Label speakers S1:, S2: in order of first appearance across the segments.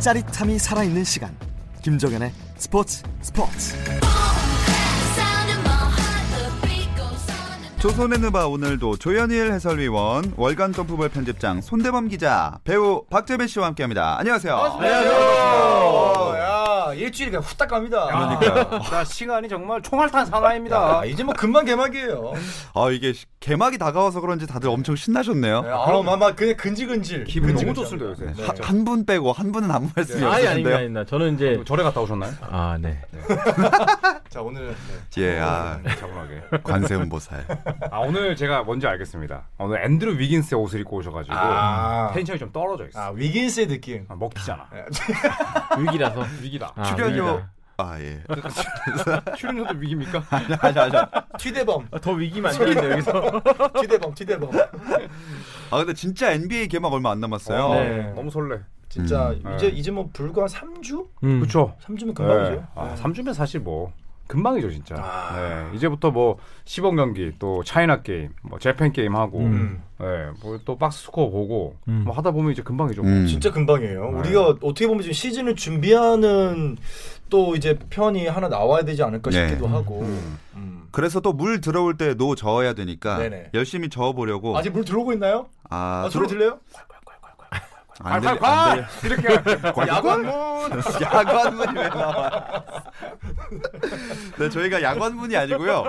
S1: 짜릿함이 살아있는 시간 김종현의 스포츠 스포츠
S2: 조선의 누바 오늘도 조현일 해설위원, 월간 점프볼 편집장 손대범 기자, 배우 박재배 씨와 함께합니다. 안녕하세요.
S3: 안녕하세요. 어, 야, 일주일이 그냥 후딱 갑니다.
S2: 그러니까요.
S3: 자, 시간이 정말 총알탄 산화입니다. 이제 뭐 금방 개막이에요.
S2: 아 이게 시- 개막이 다가와서 그런지 다들 엄청 신나셨네요.
S3: 아, 그럼 아마 그냥 근질근질.
S2: 기분이 너무
S3: 좋습니다, 음, 요새.
S4: 네,
S2: 한 분 빼고 한 분은 아무 말씀이
S5: 아니 아닙니다,
S2: 없으신데요.
S5: 아닙니다. 저는 이제
S3: 절에 갔다 오셨나요?
S5: 아 네.
S3: 자, 오늘
S2: 예, 아,
S4: 차분하게.
S2: 관세음 보살.
S4: 아 오늘 제가 뭔지 알겠습니다. 오늘 앤드류 위긴스의 옷을 입고 오셔가지고
S3: 아.
S4: 텐션이 좀 떨어져 있어.
S3: 아, 위긴스의 느낌.
S4: 아, 먹히잖아.
S5: 네. 위기라서.
S4: 위기다.
S5: 아,
S2: 출연료.
S5: 위기다.
S2: 아 예.
S4: 출연료도 위기입니까?
S2: 아니 아니 아니.
S3: 튀대범,
S5: 아, 더 위기만 안 되는데 여기서.
S3: 튀대범, 튀대범.
S2: 아 근데 진짜 NBA 개막 얼마 안 남았어요.
S4: 어,
S5: 네.
S4: 너무 설레.
S3: 진짜
S4: 음.
S3: 이제
S4: 네.
S3: 이제 뭐 불과 한 3주?
S5: 음.
S4: 그렇죠.
S3: 3주면 금방이죠. 네.
S4: 아, 3주면 사실 뭐 금방이죠 진짜. 네, 이제부터 뭐 시범 경기 또 차이나 게임, 뭐 재팬 게임 하고,
S3: 음.
S4: 네, 뭐또 박스 스코어 보고 뭐 하다 보면 이제 금방이죠.
S2: 음.
S3: 진짜 금방이에요. 우리가 어떻게 보면 지금 시즌을 준비하는 또 이제 편이 하나 나와야 되지 않을까
S2: 네.
S3: 싶기도 하고. 음.
S2: 그래서 또 물 들어올 때 노 저어야 되니까
S3: 네네.
S2: 열심히 저어 보려고.
S3: 아직 물 들어오고 있나요?
S2: 아,
S3: 아, 소리
S2: 들어-
S3: 들려요? 아,
S2: 안 들려. 안
S4: 콸콸콸!
S2: 들려.
S4: 이렇게
S2: 야관문. 야관문이 왜 나와? 네, 저희가 야관문이 아니고요.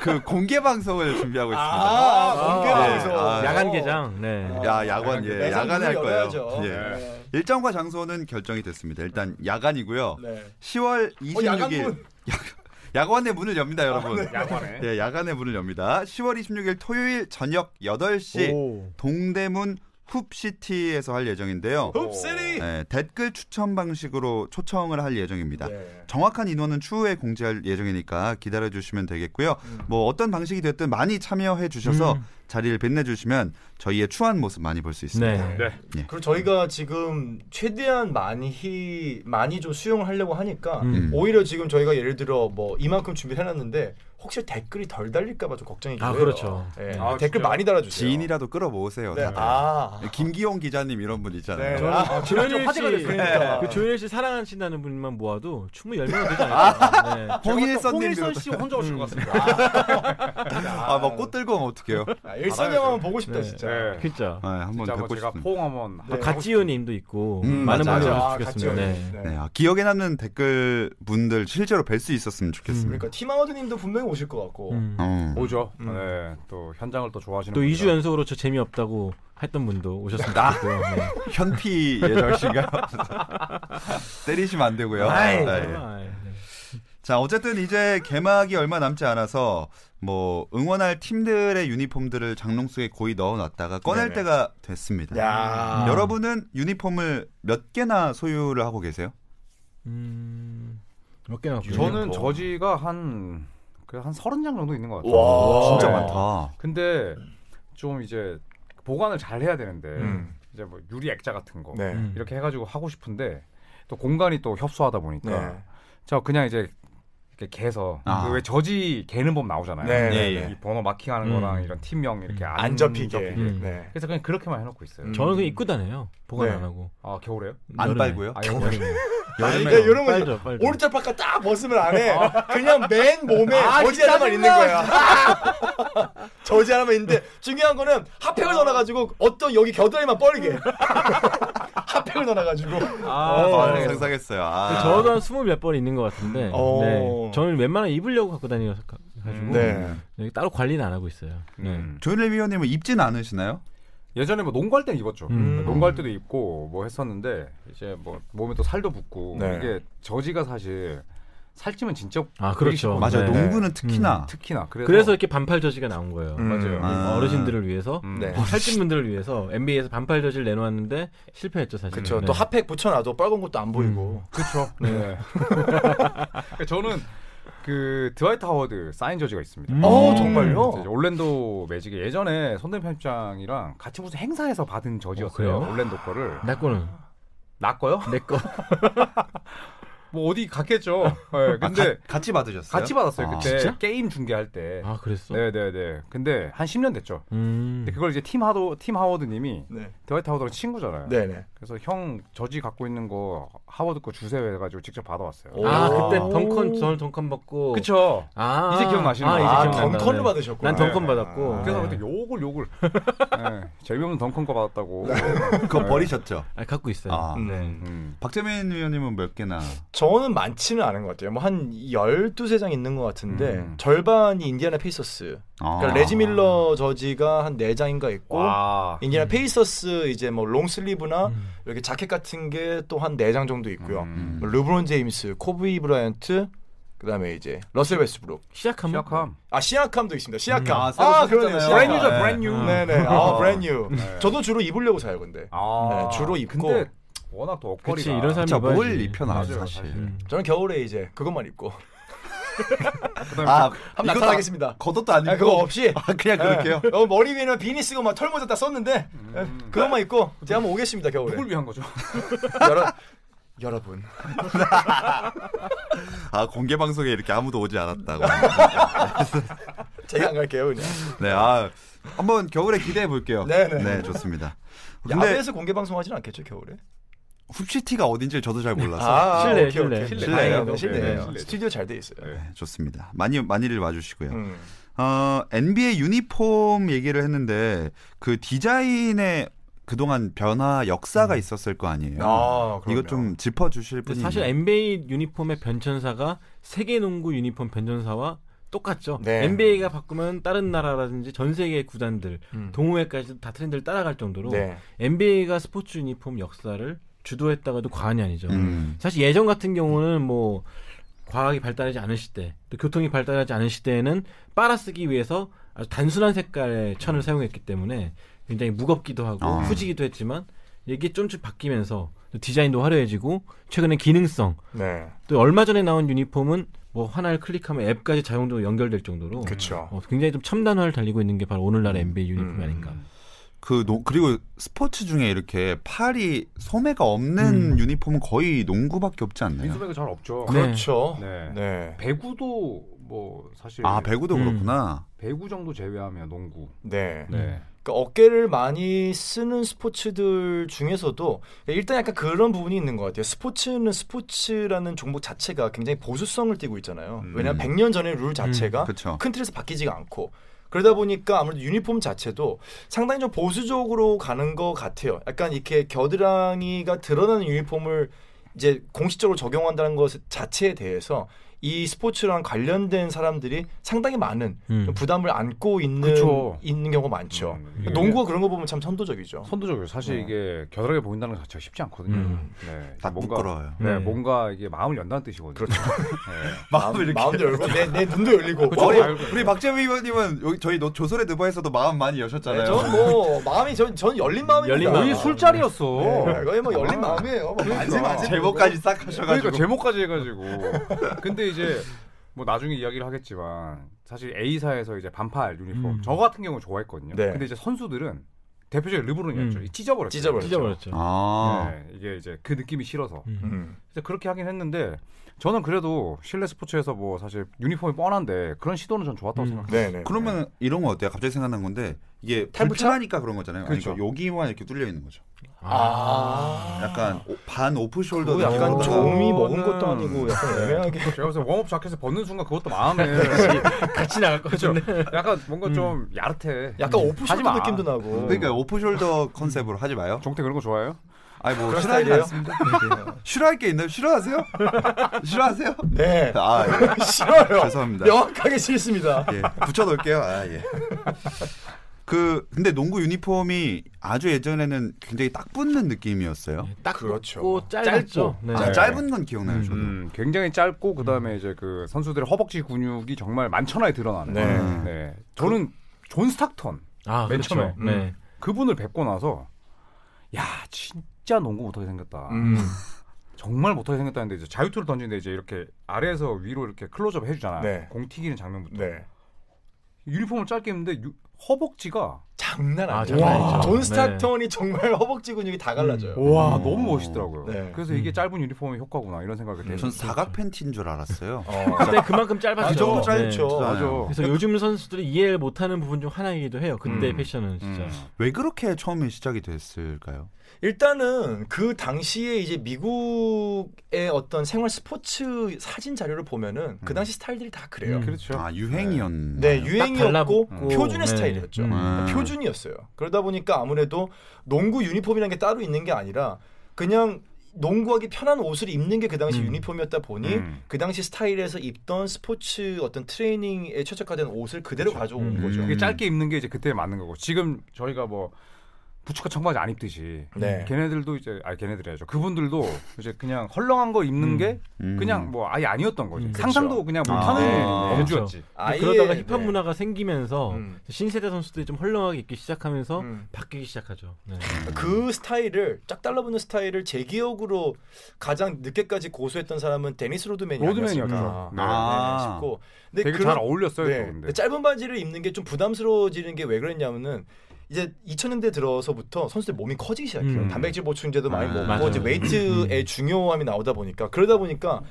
S2: 그 공개 방송을 준비하고 있습니다.
S3: 아.
S5: 아,
S3: 공개방송.
S2: 네. 아,
S5: 야간 개장. 네.
S2: 야, 야관 예,
S3: 매장
S2: 야간에 할
S3: 문을
S2: 거예요.
S3: 열어야죠.
S2: 예.
S3: 네.
S2: 일정과 장소는 결정이 됐습니다. 일단 야간이고요.
S3: 네.
S2: 10월 26일
S3: 야간문. 아, 네.
S2: 야간의 문을 엽니다, 여러분.
S4: 야관에.
S2: 예, 야간의 문을 엽니다. 10월 26일 토요일 저녁 8시
S5: 오.
S2: 동대문 훅시티에서 할
S3: 어?
S2: 예정인데요.
S3: 홉세리.
S2: 예, 댓글 추천 방식으로 초청을 할 예정입니다.
S3: 네.
S2: 정확한 인원은 추후에 공지할 예정이니까 기다려 주시면 되겠고요. 뭐 어떤 방식이 됐든 많이 참여해 주셔서 자리를 빛내 주시면 저희의 추한 모습 많이 볼 수 있습니다.
S5: 네.
S4: 네.
S3: 그리고 저희가 지금 최대한 많이 많이 좀 수용하려고 하니까
S5: 음.
S3: 오히려 지금 저희가 예를 들어 뭐 이만큼 준비를 해놨는데 혹시 댓글이 덜 달릴까봐 좀 걱정이긴
S5: 아,
S3: 해요.
S5: 그렇죠.
S3: 예,
S4: 아,
S3: 댓글
S4: 진짜요?
S3: 많이 달아주세요.
S2: 지인이라도 끌어 모으세요.
S3: 네.
S2: 다들.
S3: 아.
S2: 김기용 기자님 이런 분 있잖아요.
S3: 네. 아,
S5: 조현일 어, 씨,
S3: 화제가
S2: 네.
S3: 됐으니까.
S5: 그 조현일 씨 사랑하신다는 분만 모아도 충분히 열 명은 되지 않을까. 네.
S2: 홍일선
S5: 홍일선
S2: 님도-
S5: 씨 혼자 오실 음. 것 같습니다.
S2: 아, 막 꽃 들고 오면 어떡해요?
S3: 아, 일선 형 한번 보고 싶다
S5: 네.
S3: 진짜.
S4: 네.
S5: 진짜.
S2: 네, 한번
S4: 진짜
S2: 뵙고
S4: 뭐 제가
S2: 싶습니다.
S4: 포옹 한번. 하고
S5: 갓지우님도 있고
S2: 네. 음,
S5: 많은
S2: 맞아요.
S5: 분들
S3: 아,
S5: 오셨겠습니다.
S3: 같이
S5: 네.
S3: 네.
S2: 네, 아, 기억에 남는 댓글 분들 실제로 뵐 수 있었으면 좋겠습니다.
S3: 그러니까 팀아웃님도 분명히 오실 것 같고.
S5: 음.
S2: 어.
S4: 오죠. 네, 또 현장을 또 좋아하시는
S5: 또
S4: 분이라.
S5: 2주 연속으로 저 재미없다고 했던 분도 오셨으면
S2: 아.
S5: 좋겠고요. 네.
S2: 현피 예정신가요? 때리시면 안 되고요. 아, 예.
S5: 아, 예. 네.
S2: 자, 어쨌든 이제 개막이 얼마 남지 않아서 뭐 응원할 팀들의 유니폼들을 장롱 속에 고이 넣어놨다가 꺼낼
S3: 네네.
S2: 때가 됐습니다.
S3: 야.
S2: 여러분은 유니폼을 몇 개나 소유를 하고 계세요?
S5: 음, 몇 개나
S4: 저는 저지가 한 그래 한 서른 장 정도 있는 것 같아요.
S3: 와.
S2: 진짜
S4: 네.
S2: 많다.
S4: 근데 좀 이제 보관을 잘 해야 되는데
S3: 음.
S4: 이제 뭐 유리 액자 같은 거
S3: 네.
S5: 음.
S4: 이렇게 해가지고 하고 싶은데 또 공간이 또 협소하다 보니까
S3: 네.
S4: 저 그냥 이제 이렇게 개서
S2: 아.
S4: 그왜 저지 개는 법 나오잖아요.
S3: 네,
S2: 네,
S4: 이
S3: 네.
S4: 번호 마킹하는
S5: 음.
S4: 거랑 이런 팀명 이렇게 안,
S3: 안 접히게.
S5: 음.
S3: 네.
S4: 그래서 그냥 그렇게만 해놓고 있어요.
S3: 음.
S5: 저는 그냥 입고 다녀요. 보관
S3: 네.
S5: 안 하고.
S4: 아 겨울에요?
S2: 안
S5: 여름에.
S2: 빨고요?
S5: 아, 여름에.
S3: 아니, 그러니까 이런 거
S5: 빨죠, 빨죠.
S3: 오른쪽 바깥 딱 벗으면 안 해. 그냥 맨 몸에 저지 하나만 있는 거야. 저지 하나만 있는데 중요한 거는 핫팩을 넣어가지고 어떤 여기 겨드랑이만 뻘게. 핫팩을 넣어가지고.
S4: 아,
S2: 아,
S3: 음,
S4: 네.
S2: 상상했어요. 아.
S5: 저도 한 스물 몇 번 있는 것 같은데.
S3: 어.
S5: 네. 저는 웬만하면 입으려고 갖고 다니서 가지고
S3: 네.
S5: 네, 따로 관리는 안 하고 있어요. 네.
S4: 음.
S2: 조현일 위원님은 입진 않으시나요?
S4: 예전에 뭐 농구할 때 입었죠. 그러니까
S5: 음.
S4: 농구할 때도 입고 뭐 했었는데 이제 뭐 몸에 또 살도 붙고
S3: 네.
S4: 이게 저지가 사실 살찌면 진짜
S5: 아, 그렇죠.
S2: 맞아요.
S5: 네.
S2: 농구는 특히나
S4: 어, 음. 특히나 그래서,
S5: 그래서 이렇게 반팔 저지가 나온 거예요. 네,
S3: 음. 맞아요.
S2: 아.
S5: 어르신들을 위해서
S4: 음.
S3: 네.
S5: 살찐 분들을 위해서 NBA에서 반팔 저지를 내놓았는데 실패했죠 네. 사실.
S3: 그쵸. 또 핫팩 붙여놔도 빨간 것도 안 보이고.
S4: 그렇죠. 네. 그러니까 저는 그 드와이트 하워드 사인 저지가 있습니다.
S5: 음.
S3: 어,
S5: 음.
S3: 정말요?
S4: 이제 올랜도 매직에 예전에 손대 편집장이랑 같이 무슨 행사에서 받은 저지였어요.
S5: 그래요?
S4: 올랜도 거를
S5: 나 거는
S4: 나 거요?
S5: 내 거.
S4: 뭐 어디 갔겠죠.
S2: 아,
S4: 예, 근데
S2: 같이 받으셨어요?
S4: 같이 받았어요
S2: 아,
S4: 그때
S5: 진짜?
S4: 게임 중계할 때.
S5: 아 그랬어?
S4: 네네네. 네. 근데 한 10년 됐죠.
S5: 음.
S4: 근데 그걸 이제 팀 하도 팀 하워드님이
S3: 네.
S4: 드와이트 하워드랑 친구잖아요.
S3: 네네.
S4: 그래서 형 저지 갖고 있는 거 하워드 거 주세요 해가지고 직접 받아왔어요.
S3: 오.
S5: 아
S3: 오.
S5: 그때 덩컨 저는 덩컨 받고.
S4: 그쵸.
S5: 아
S4: 이제 기억나시는
S5: 아,
S4: 거예요?
S5: 이제
S4: 아,
S5: 기억난다.
S3: 덩컨을
S5: 네.
S3: 받으셨구나.
S5: 난 덩컨
S4: 네.
S5: 받았고.
S3: 아,
S4: 그래서
S5: 네.
S4: 그때 욕을 욕을 예, 재미없는 덩컨 거 받았다고.
S3: 네.
S2: 그거 버리셨죠?
S5: 아, 갖고 있어요.
S2: 아.
S5: 네.
S4: 음.
S2: 박재민 의원님은 몇 개나?
S3: 저는 많지는 않은 것 같아요. 뭐 한 12세장 있는 것 같은데
S4: 음.
S3: 절반이 인디아나 페이서스.
S2: 아.
S3: 그러니까 레지 밀러 저지가 한 4장인가 있고
S4: 와.
S3: 인디아나
S2: 음.
S3: 페이서스 이제 뭐 롱슬리브나
S5: 음.
S3: 이렇게 자켓 같은 게 또 한 4장 정도 있고요.
S4: 음.
S3: 뭐 르브론 제임스, 코비 브라이언트, 그다음에 이제 러셀 웨스브룩.
S5: 시작하면
S4: 시작함.
S3: 아, 시아캄도 있습니다. 시아캄.
S2: 음. 아,
S3: 아,
S2: 새로
S3: 그러네요.
S2: 샀잖아요.
S3: 시아캄.
S4: 브랜뉴죠
S2: 네. 음.
S4: 브랜뉴.
S3: 네네. 아, 브랜뉴. 저도 주로 입으려고 사요, 근데.
S4: 아.
S3: 네, 주로 입고.
S4: 근데 워낙 또 옷걸이가.
S5: 그치, 이런 사람-
S2: 진짜 뭘
S5: 입어야지.
S2: 입혀놔
S4: 맞아요,
S2: 사실.
S4: 사실.
S5: 음.
S3: 저는 겨울에 이제 그것만 입고
S4: 그다음에
S2: 아,
S3: 한번
S2: 이것도
S3: 나타나겠습니다.
S2: 아- 겉옷도 안 입고
S3: 아, 그거 없이
S2: 아, 그냥 그렇게요.
S3: 예. 어, 머리 위에는 비니 쓰고 막 털모자 다 썼는데
S2: 음.
S3: 예, 그것만 입고 제가 한번 오겠습니다 겨울에.
S4: 누굴 위한 거죠?
S3: 여러, 여러분.
S2: 아 공개 방송에 이렇게 아무도 오지 않았다고.
S3: 제가 안 갈게요 그냥.
S2: 네, 아 한번 겨울에 기대해 볼게요.
S3: 네네.
S2: 네, 좋습니다. 근데
S3: 야외에서 공개 방송하진 않겠죠 겨울에?
S2: 훅시티가 어딘지 저도 잘 몰라서.
S5: 실내,
S3: 아, 오케이, 오케이.
S5: 실내.
S2: 실내예요.
S3: 다행이다, 실내.
S4: 네, 실내.
S3: 스튜디오 잘 돼 있어요.
S2: 네, 좋습니다. 많이 많이를 와주시고요.
S3: 음.
S2: 어, NBA 유니폼 얘기를 했는데 그 디자인의 그동안 변화 역사가 있었을 거 아니에요.
S3: 음. 아, 그럼요.
S2: 이거 좀 짚어주실
S5: 근데
S3: 음.
S2: 분이
S5: 그 사실
S2: 있나요?
S5: NBA 유니폼의 변천사가 세계 농구 유니폼 변천사와 똑같죠.
S3: 네.
S5: NBA가 바꾸면 다른 나라라든지 전 세계 구단들
S3: 음.
S5: 동호회까지 다 트렌드를 따라갈 정도로
S3: 네.
S5: NBA가 스포츠 유니폼 역사를 주도했다가도 과언이 아니죠.
S2: 음.
S5: 사실 예전 같은 경우는 뭐 과학이 발달하지 않은 시대, 또 교통이 발달하지 않은 시대에는 빨아쓰기 위해서 아주 단순한 색깔의 천을 사용했기 때문에 굉장히 무겁기도 하고
S2: 아.
S5: 후지기도 했지만 이게 좀씩 바뀌면서 또 디자인도 화려해지고 최근에 기능성
S3: 네.
S5: 또 얼마 전에 나온 유니폼은 뭐 하나를 클릭하면 앱까지 자동으로 연결될 정도로
S3: 그렇죠.
S5: 어, 굉장히 좀 첨단화를 달리고 있는 게 바로 오늘날의 NBA 유니폼이
S3: 음.
S5: 아닌가.
S2: 그 노- 그리고 스포츠 중에 이렇게 팔이 소매가 없는
S5: 음.
S2: 유니폼은 거의 농구밖에 없지 않나요?
S4: 빈소매가 잘 없죠.
S5: 네.
S3: 그렇죠.
S4: 네.
S3: 네.
S4: 배구도 뭐 사실
S2: 아 배구도
S5: 음.
S2: 그렇구나.
S4: 배구 정도 제외하면 농구.
S3: 네.
S4: 네.
S3: 그러니까 어깨를 많이 쓰는 스포츠들 중에서도 일단 약간 그런 부분이 있는 것 같아요. 스포츠는 스포츠라는 종목 자체가 굉장히 보수성을 띠고 있잖아요.
S4: 음.
S3: 왜냐하면 100년 전의 룰 자체가
S4: 어.
S2: 그렇죠.
S3: 큰 틀에서 바뀌지가 않고 그러다 보니까 아무래도 유니폼 자체도 상당히 좀 보수적으로 가는 것 같아요. 약간 이렇게 겨드랑이가 드러나는 유니폼을 이제 공식적으로 적용한다는 것 자체에 대해서 이 스포츠랑 관련된 사람들이 상당히 많은
S5: 음.
S3: 좀 부담을 안고 있는
S4: 그쵸.
S3: 있는 경우가 많죠. 그러니까
S4: 음, 이게
S3: 농구가 그런 거 보면 참
S2: 어.
S3: 선도적이죠.
S4: 선도적이에요. 사실
S3: 네.
S4: 이게 겨드랑이 보인다는 것 자체가 쉽지 않거든요.
S5: 음.
S4: 네.
S2: 딱 부끄러워요.
S4: 네,
S5: 네.
S4: 뭔가 이게 마음을 연다는 뜻이거든요. 그렇죠. 네.
S3: 마음, 마음도 열고 내, 내 눈도 열리고.
S4: 그쵸,
S3: 어,
S4: 네.
S2: 우리, 우리 박재민 의원님은 여기 저희 노- 조선의 느바에서도 마음 많이
S4: 네,
S2: 여셨잖아요.
S3: 전뭐 마음이 전, 전 열린 마음입니다.
S5: 열린 마음.
S4: 거의 어, 술자리였어.
S3: 네, 거의 뭐 열린 마음이에요. 뭐 만지 만지.
S2: 제목까지 싹 하셔가지고
S4: 그러니까 제목까지 해가지고. 근데 이제 뭐 나중에 이야기를 하겠지만 사실 A사에서 이제 반팔 유니폼
S5: 음.
S4: 저 같은 경우 좋아했거든요.
S3: 네.
S4: 근데 이제 선수들은 대표적인 르브론이었죠.
S5: 음.
S4: 이 찢어버렸죠.
S3: 찢어버렸죠.
S5: 찢어버렸죠.
S2: 아
S4: 네, 이게 이제 그 느낌이 싫어서.
S5: 음.
S3: 음.
S4: 그래서 그렇게 하긴 했는데 저는 그래도 실내 스포츠에서 뭐 사실 유니폼이 뻔한데 그런 시도는 전 좋았다고
S5: 음.
S4: 생각해요.
S3: 네네.
S2: 그러면 이런 거 어때요? 갑자기 생각난 건데 이게
S3: 탈부착?
S2: 탈부착하니까 그런 거잖아요. 아니,
S4: 그렇죠.
S2: 그러니까 여기만 이렇게 뚫려 있는 거죠.
S3: 아. 어.
S2: 약간 오- 반 오프 숄더
S3: 그거 약간
S4: 그거는-
S3: 좀이 먹은 것도 아니고 약간 애매하게.
S4: 제가 그래서 웜업 자켓을 벗는 순간 그것도 마음에
S3: 네.
S5: 같이 나갈 것
S4: 그렇죠.
S5: 같은데.
S4: 약간 뭔가 좀 야릇해.
S3: 음.
S4: 음.
S3: 약간 오프숄더
S4: 하지 마.
S3: 느낌도 나고.
S2: 그러니까 오프 숄더 컨셉으로 하지 마요.
S4: 종태 그런 거 좋아해요?
S2: 아니 뭐
S3: 그런
S2: 싫어하지
S3: 스타일이에요?
S2: 않습니다. 싫어할 게 있나요? 싫어하세요? 싫어하세요?
S3: 네.
S2: 아 예.
S3: 싫어요.
S2: 죄송합니다.
S3: 명확하게 싫습니다.
S2: 예, 붙여놓을게요. 아, 예. 그 근데 농구 유니폼이 아주 예전에는 굉장히 딱 붙는 느낌이었어요.
S5: 딱
S3: 그렇죠.
S5: 붙고 짧았죠. 네.
S2: 아,
S4: 네.
S2: 짧은 건 기억나요, 저도.
S4: 음, 굉장히 짧고 그다음에 이제 그 선수들의 허벅지 근육이 정말 만천하에 드러나는.
S3: 네.
S4: 네. 저는 존 스타턴
S5: 아,
S4: 맨
S5: 그렇죠.
S4: 처음에.
S5: 네.
S4: 그분을 뵙고 나서 야 진짜 농구 못하게 생겼다.
S3: 음.
S4: 정말 못하게 생겼다는데 이제 자유투를 던지는데 이제 이렇게 아래에서 위로 이렇게 클로즈업 해주잖아.
S3: 네.
S4: 공 튀기는 장면부터.
S3: 네.
S4: 유니폼을 짧게 입는데 유- 허벅지가
S3: 장난 음.
S5: 아,
S3: 아니야.
S5: 장난
S3: 와.
S5: 아니죠.
S3: 존
S5: 네.
S3: 스타턴이 정말 허벅지 근육이 다 갈라져요.
S4: 와 너무 멋있더라고요.
S3: 네.
S4: 그래서 이게
S5: 음.
S4: 짧은 유니폼의 효과구나 이런 생각이 들어요.
S2: 전 사각 팬티인 줄 알았어요.
S5: 그때 그만큼 짧았죠.
S3: 아, 그 정도
S5: 네.
S3: 짧죠.
S4: 맞아.
S5: 그래서 요즘 선수들이 이해를 못하는 부분 중 하나이기도 해요. 근대
S4: 음.
S5: 패션은 진짜.
S4: 음.
S2: 왜 그렇게 처음에 시작이 됐을까요?
S3: 일단은 그 당시에 이제 미국의 어떤 생활 스포츠 사진 자료를 보면은 그 당시 스타일들이 다 그래요.
S5: 음.
S4: 그렇죠.
S2: 아 유행이었나?
S3: 네,
S5: 딱
S3: 유행이었고
S5: 달라붙고.
S3: 표준의
S5: 네.
S3: 스타일이었죠. 그러니까
S5: 음.
S2: 음.
S3: 표준이었어요. 그러다 보니까 아무래도 농구 유니폼이라는 게 따로 있는 게 아니라 그냥 농구하기 편한 옷을 입는 게 그 당시
S5: 음.
S3: 유니폼이었다 보니
S4: 음.
S3: 그 당시 스타일에서 입던 스포츠 어떤 트레이닝에 최적화된 옷을 그대로 가져온
S5: 음.
S3: 거죠.
S4: 이게
S2: 음.
S4: 짧게 입는 게 이제 그때 맞는 거고 지금 저희가 뭐 부츠카 청바지 안 입듯이
S3: 네.
S4: 걔네들도 이제 아 걔네들이죠 그분들도 이제 그냥 헐렁한 거 입는
S5: 음.
S4: 게
S2: 음.
S4: 그냥 뭐 아예 아니었던 거지
S5: 음, 그쵸.
S4: 상상도 그냥 못하는
S2: 아, 네.
S4: 연주였지
S3: 아예,
S5: 그러다가 힙합
S3: 네.
S5: 문화가 생기면서
S3: 음.
S5: 신세대 선수들이 좀 헐렁하게 입기 시작하면서
S3: 음.
S5: 바뀌기 시작하죠. 네.
S3: 그 스타일을 짝 달라붙는 스타일을 제 기억으로 가장 늦게까지 고수했던 사람은 데니스 로드맨이
S4: 로드맨이었죠.
S3: 아니었을까
S4: 네.
S2: 아.
S3: 네, 싶고 근데
S4: 되게
S3: 그런-
S4: 잘 어울렸어요
S3: 네.
S4: 또 근데.
S3: 근데 짧은 바지를 입는 게 좀 부담스러워지는 게 왜 그랬냐면은 이제 2000년대 들어서부터 선수들 몸이 커지기 시작해요.
S5: 음.
S3: 단백질 보충제도 많이
S2: 아,
S3: 먹고
S5: 맞아요.
S3: 이제 웨이트의
S4: 음.
S3: 중요함이 나오다 보니까 그러다 보니까